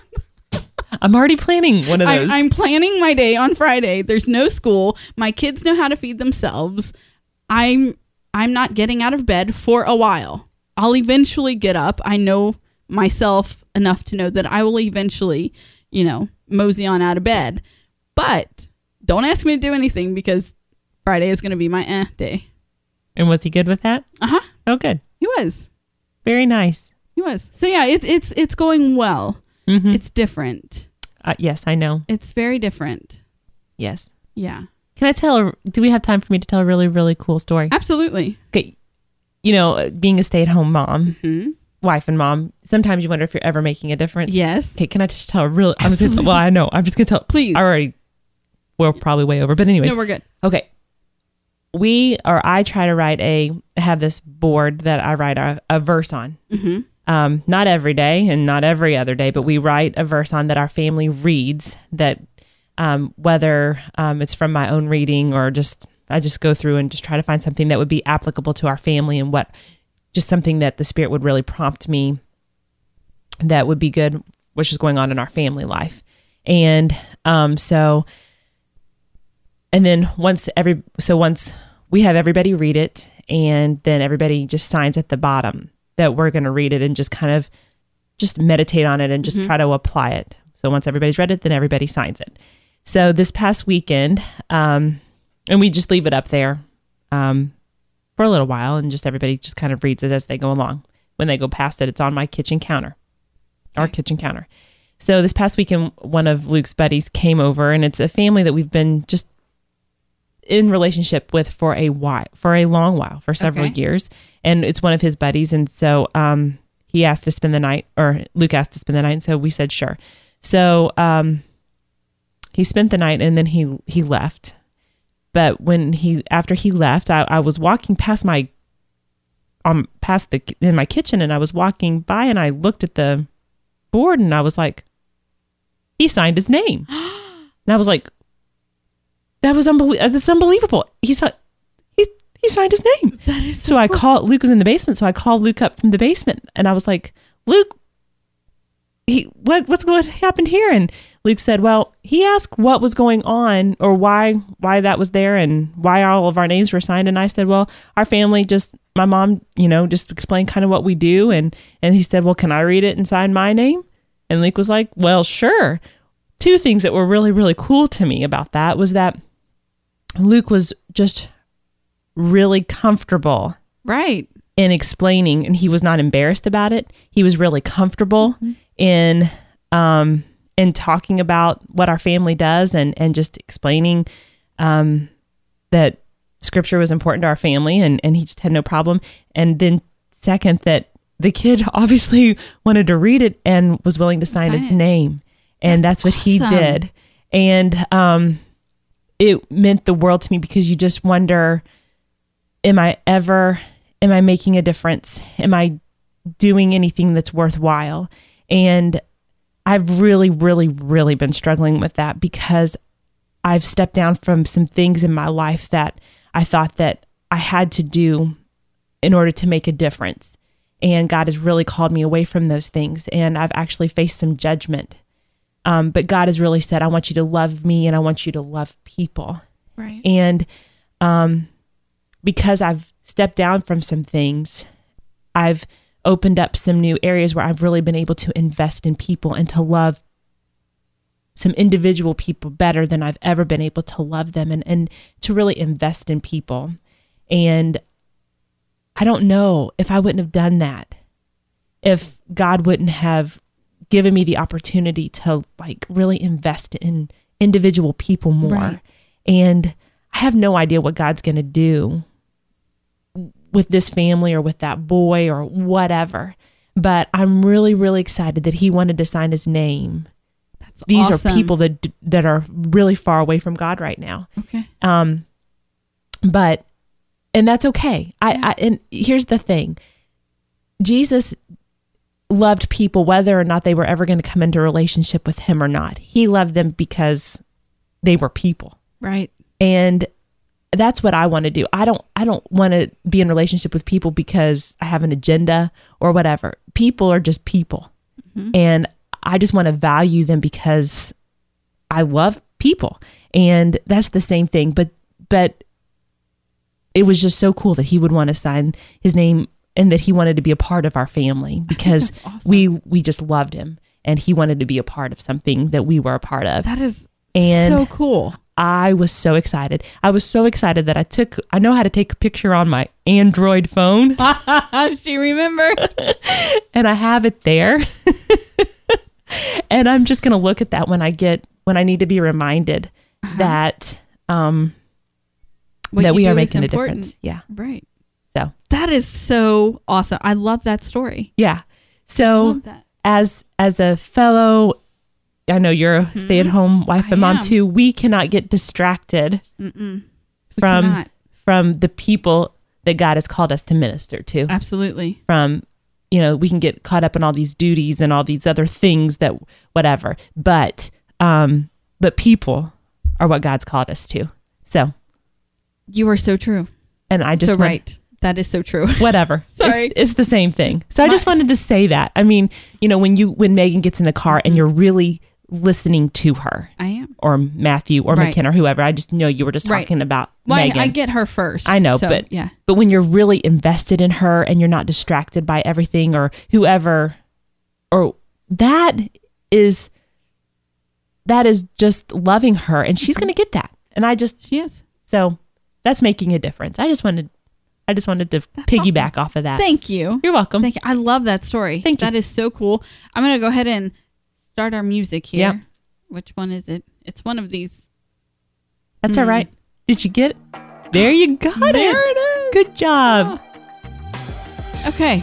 [SPEAKER 1] I'm already planning one of
[SPEAKER 5] I,
[SPEAKER 1] those.
[SPEAKER 5] I'm planning my day on Friday. There's no school. My kids know how to feed themselves. I'm I'm not getting out of bed for a while. I'll eventually get up. I know myself enough to know that I will eventually, you know, mosey on out of bed. But don't ask me to do anything because Friday is going to be my eh day.
[SPEAKER 1] and was he good with that?
[SPEAKER 5] Uh huh.
[SPEAKER 1] Oh, good.
[SPEAKER 5] He was.
[SPEAKER 1] Very nice.
[SPEAKER 5] He was. So yeah, it's it's it's going well.
[SPEAKER 1] Hmm.
[SPEAKER 5] It's different.
[SPEAKER 1] Mm-hmm. Uh, yes, I know.
[SPEAKER 5] It's very different.
[SPEAKER 1] Yes.
[SPEAKER 5] Yeah.
[SPEAKER 1] Can I tell? a- Do we have time for me to tell a really, really cool story?
[SPEAKER 5] Absolutely.
[SPEAKER 1] Okay. You know, uh, being a stay-at-home mom, wife, and mom, sometimes you wonder if you're ever making a difference.
[SPEAKER 5] Yes.
[SPEAKER 1] Okay. Can I just tell a real? I'm just gonna, well, I know. I'm just gonna tell.
[SPEAKER 5] Please.
[SPEAKER 1] I already. We're probably way over, but anyway.
[SPEAKER 5] No, we're good.
[SPEAKER 1] Okay. We or I try to write a have this board that I write a, a verse on. Mm-hmm. Um, not every day and not every other day, but we write a verse on that our family reads. That um, whether um, it's from my own reading or just I just go through and just try to find something that would be applicable to our family and what just something that the spirit would really prompt me that would be good, which is going on in our family life. And um, so and then once every so once we have everybody read it and then everybody just signs at the bottom that we're going to read it and just kind of just meditate on it and just try to apply it so once everybody's read it then everybody signs it so this past weekend um, and we just leave it up there um, for a little while and just everybody just kind of reads it as they go along when they go past it it's on my kitchen counter our kitchen counter. So this past weekend, one of Luke's buddies came over, and it's a family that we've been just in relationship with for a while, for a long while, for several
[SPEAKER 5] Okay.
[SPEAKER 1] years. And it's one of his buddies, and so um, he asked to spend the night, or Luke asked to spend the night, and so we said sure. So um, he spent the night, and then he he left. But when he after he left, I, I was walking past my um past the in my kitchen, and I was walking by, and I looked at the board and I was like, he signed his name. and I was like, that was unbelievable. That's unbelievable. He signed, he, he signed his name. That is so, I called, Luke was in the basement. So I called Luke up from the basement and I was like, Luke, he, what, what's, what happened here? And Luke said, well, he asked what was going on or why, why that was there and why all of our names were signed. And I said, well, our family just, my mom, you know, just explained kind of what we do. And, and he said, well, can I read it and sign my name? And Luke was like, Well, sure. Two things that were really, really cool to me about that was that Luke was just really comfortable
[SPEAKER 5] Right.
[SPEAKER 1] in explaining and he was not embarrassed about it he was really comfortable
[SPEAKER 5] Mm-hmm.
[SPEAKER 1] in um in talking about what our family does and and just explaining um that scripture was important to our family and and he just had no problem and then second that the kid obviously wanted to read it and was willing to sign his
[SPEAKER 5] Sign it.
[SPEAKER 1] name and that's, what he
[SPEAKER 5] awesome.
[SPEAKER 1] did and um it meant the world to me because you just wonder am I ever am I making a difference? Am I doing anything that's worthwhile? And I've really really really been struggling with that because I've stepped down from some things in my life that I thought that I had to do in order to make a difference. And God has really called me away from those things and I've actually faced some judgment. Um, but God has really said, I want you to love me and I want you to love people.
[SPEAKER 5] Right.
[SPEAKER 1] And um, because I've stepped down from some things, I've opened up some new areas where I've really been able to invest in people and to love some individual people better than I've ever been able to love them and, and to really invest in people. And I don't know if I wouldn't have done that if God wouldn't have given me the opportunity to like really invest in individual people more.
[SPEAKER 5] Right.
[SPEAKER 1] And I have no idea what God's going to do with this family or with that boy or whatever. But I'm really, really excited that he wanted to sign his name.
[SPEAKER 5] That's
[SPEAKER 1] These
[SPEAKER 5] awesome.
[SPEAKER 1] are people that that are really far away from God right now.
[SPEAKER 5] Okay.
[SPEAKER 1] Um, but and that's okay. I, I and here's the thing. Jesus loved people whether or not they were ever going to come into a relationship with him or not. He loved them because they were people.
[SPEAKER 5] Right.
[SPEAKER 1] And that's what I want to do. I don't I don't want to be in relationship with people because I have an agenda or whatever. People are just people.
[SPEAKER 5] Mm-hmm.
[SPEAKER 1] And I just want to value them because I love people. And that's the same thing, but but it was just so cool that he would want to sign his name and that he wanted to be a part of our family because
[SPEAKER 5] that's awesome.
[SPEAKER 1] we we just loved him and he wanted to be a part of something that we were a part of.
[SPEAKER 5] That is
[SPEAKER 1] And-
[SPEAKER 5] so cool.
[SPEAKER 1] I was so excited. I was so excited that I took I know how to take a picture on my Android phone
[SPEAKER 5] she remembered.
[SPEAKER 1] and I have it there. and I'm just going to look at that when I get when I need to be reminded that um
[SPEAKER 5] Uh-huh. What
[SPEAKER 1] that
[SPEAKER 5] you
[SPEAKER 1] we
[SPEAKER 5] do
[SPEAKER 1] are
[SPEAKER 5] is
[SPEAKER 1] making a
[SPEAKER 5] important.
[SPEAKER 1] difference. Yeah.
[SPEAKER 5] Right.
[SPEAKER 1] So,
[SPEAKER 5] That is so awesome. I love that story.
[SPEAKER 1] yeah. So
[SPEAKER 5] Love that.
[SPEAKER 1] as as a fellow I know you're a stay-at-home wife and
[SPEAKER 5] Hmm? I
[SPEAKER 1] mom
[SPEAKER 5] am.
[SPEAKER 1] too. We cannot get distracted
[SPEAKER 5] We
[SPEAKER 1] from
[SPEAKER 5] cannot.
[SPEAKER 1] from the people that God has called us to minister to.
[SPEAKER 5] Absolutely.
[SPEAKER 1] from you know we can get caught up in all these duties and all these other things that whatever but um but people are what god's called us to so
[SPEAKER 5] You are so true.
[SPEAKER 1] and i just
[SPEAKER 5] so
[SPEAKER 1] want-
[SPEAKER 5] right. That is so true.
[SPEAKER 1] whatever
[SPEAKER 5] Sorry.
[SPEAKER 1] it's, it's the same thing so i just wanted to say that i mean you know when you when megan gets in the car
[SPEAKER 5] Mm-hmm.
[SPEAKER 1] and you're really listening to her
[SPEAKER 5] I am.
[SPEAKER 1] or matthew or
[SPEAKER 5] Right.
[SPEAKER 1] mckenna or whoever i just know you were just
[SPEAKER 5] Right.
[SPEAKER 1] talking about
[SPEAKER 5] Well, I,
[SPEAKER 1] megan
[SPEAKER 5] I get her first.
[SPEAKER 1] I know,
[SPEAKER 5] so,
[SPEAKER 1] but
[SPEAKER 5] yeah.
[SPEAKER 1] but when you're really invested in her and you're not distracted by everything or whoever, or that is that is just loving her, and she's gonna get that. And I just
[SPEAKER 5] She is.
[SPEAKER 1] so that's making a difference. I just wanted, I just wanted to piggyback off of that.
[SPEAKER 5] Thank you.
[SPEAKER 1] you're welcome.
[SPEAKER 5] Thank you. I love that story.
[SPEAKER 1] Thank you.
[SPEAKER 5] That is so cool. I'm going to go ahead and start our music here.
[SPEAKER 1] Yep.
[SPEAKER 5] Which one is it? It's one of these.
[SPEAKER 1] That's all right. Did you get it? There you got
[SPEAKER 5] Mm. There
[SPEAKER 1] it.
[SPEAKER 5] it is. Oh.
[SPEAKER 1] Good job.
[SPEAKER 5] Okay.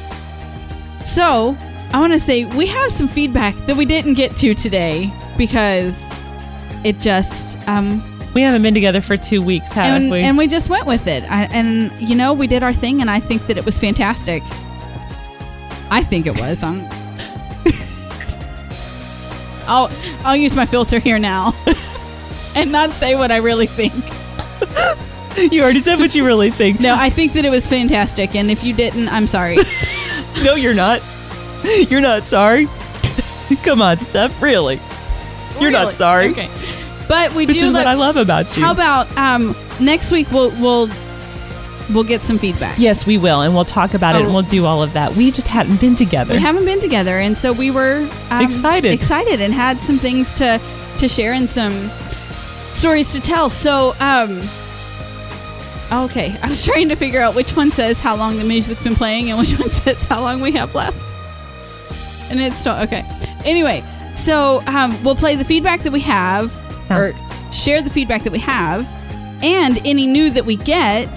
[SPEAKER 5] So, I want to say we have some feedback that we didn't get to today because it just um
[SPEAKER 1] We haven't been together for two weeks, have
[SPEAKER 5] and,
[SPEAKER 1] we?
[SPEAKER 5] and we just went with it. I, and you know, we did our thing and I think that it was fantastic. I think it was. I'm I'll I'll use my filter here now and not say what I really think.
[SPEAKER 1] you already said what you really think.
[SPEAKER 5] No, I think that it was fantastic and if you didn't, I'm sorry.
[SPEAKER 1] No, you're not. You're not sorry. Come on, Steph. Really? You're not
[SPEAKER 5] Really.
[SPEAKER 1] sorry.
[SPEAKER 5] Okay. But we
[SPEAKER 1] Which
[SPEAKER 5] do
[SPEAKER 1] is
[SPEAKER 5] look
[SPEAKER 1] what I love about you.
[SPEAKER 5] How about um, next week? We'll we'll we'll get some feedback.
[SPEAKER 1] yes, we will, and we'll talk about it, and
[SPEAKER 5] Oh.
[SPEAKER 1] we'll do all of that. We just haven't been together.
[SPEAKER 5] we haven't been together, and so we were um,
[SPEAKER 1] Excited.
[SPEAKER 5] excited, and had some things to to share and some stories to tell. So, um, okay, I was trying to figure out which one says how long the music's been playing and which one says how long we have left, and it's still okay. Anyway, so um, we'll play the feedback that we have,
[SPEAKER 1] Sounds-
[SPEAKER 5] or share the feedback that we have, and any new that we get.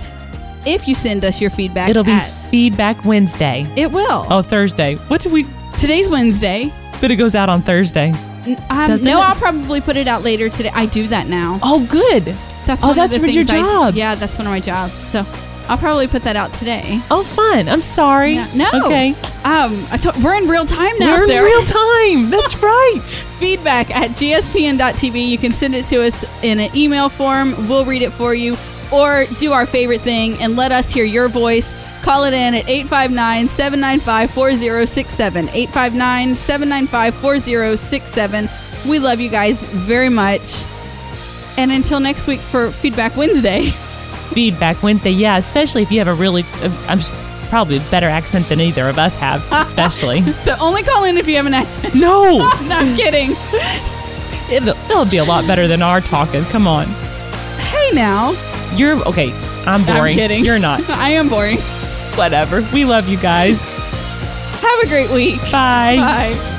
[SPEAKER 5] If you send us your feedback,
[SPEAKER 1] It'll be
[SPEAKER 5] at-
[SPEAKER 1] Feedback Wednesday.
[SPEAKER 5] it will.
[SPEAKER 1] Oh, Thursday. What do we?
[SPEAKER 5] Today's Wednesday.
[SPEAKER 1] But it goes out on Thursday.
[SPEAKER 5] N- Um,
[SPEAKER 1] Doesn't
[SPEAKER 5] no,
[SPEAKER 1] it?
[SPEAKER 5] I'll probably put it out later today. I do that now.
[SPEAKER 1] Oh, good.
[SPEAKER 5] That's
[SPEAKER 1] oh,
[SPEAKER 5] one
[SPEAKER 1] that's
[SPEAKER 5] of
[SPEAKER 1] for
[SPEAKER 5] the
[SPEAKER 1] your
[SPEAKER 5] things I-
[SPEAKER 1] jobs.
[SPEAKER 5] yeah, that's one of my jobs. So I'll probably put that out today.
[SPEAKER 1] Oh, fun. I'm sorry.
[SPEAKER 5] Yeah. No.
[SPEAKER 1] Okay.
[SPEAKER 5] Um, I to- we're in real time now,
[SPEAKER 1] We're in
[SPEAKER 5] Sarah.
[SPEAKER 1] real time. That's right.
[SPEAKER 5] Feedback at gspn.tv. You can send it to us in an email form. We'll read it for you, or do our favorite thing and let us hear your voice. Call it in at 859 795 4067. 859 795 4067. We love you guys very much. And until next week for Feedback Wednesday.
[SPEAKER 1] Feedback Wednesday. Yeah, especially if you have a really, uh, I'm s- probably a better accent than either of us have. Especially.
[SPEAKER 5] So only call in if you have an accent.
[SPEAKER 1] no.
[SPEAKER 5] No, I'm kidding.
[SPEAKER 1] It'll, it'll be a lot better than our talking. Come on.
[SPEAKER 5] Hey now.
[SPEAKER 1] You're okay. I'm boring.
[SPEAKER 5] I'm kidding.
[SPEAKER 1] You're not.
[SPEAKER 5] I am boring.
[SPEAKER 1] Whatever. We love you guys.
[SPEAKER 5] Have a great week.
[SPEAKER 1] Bye.
[SPEAKER 5] Bye.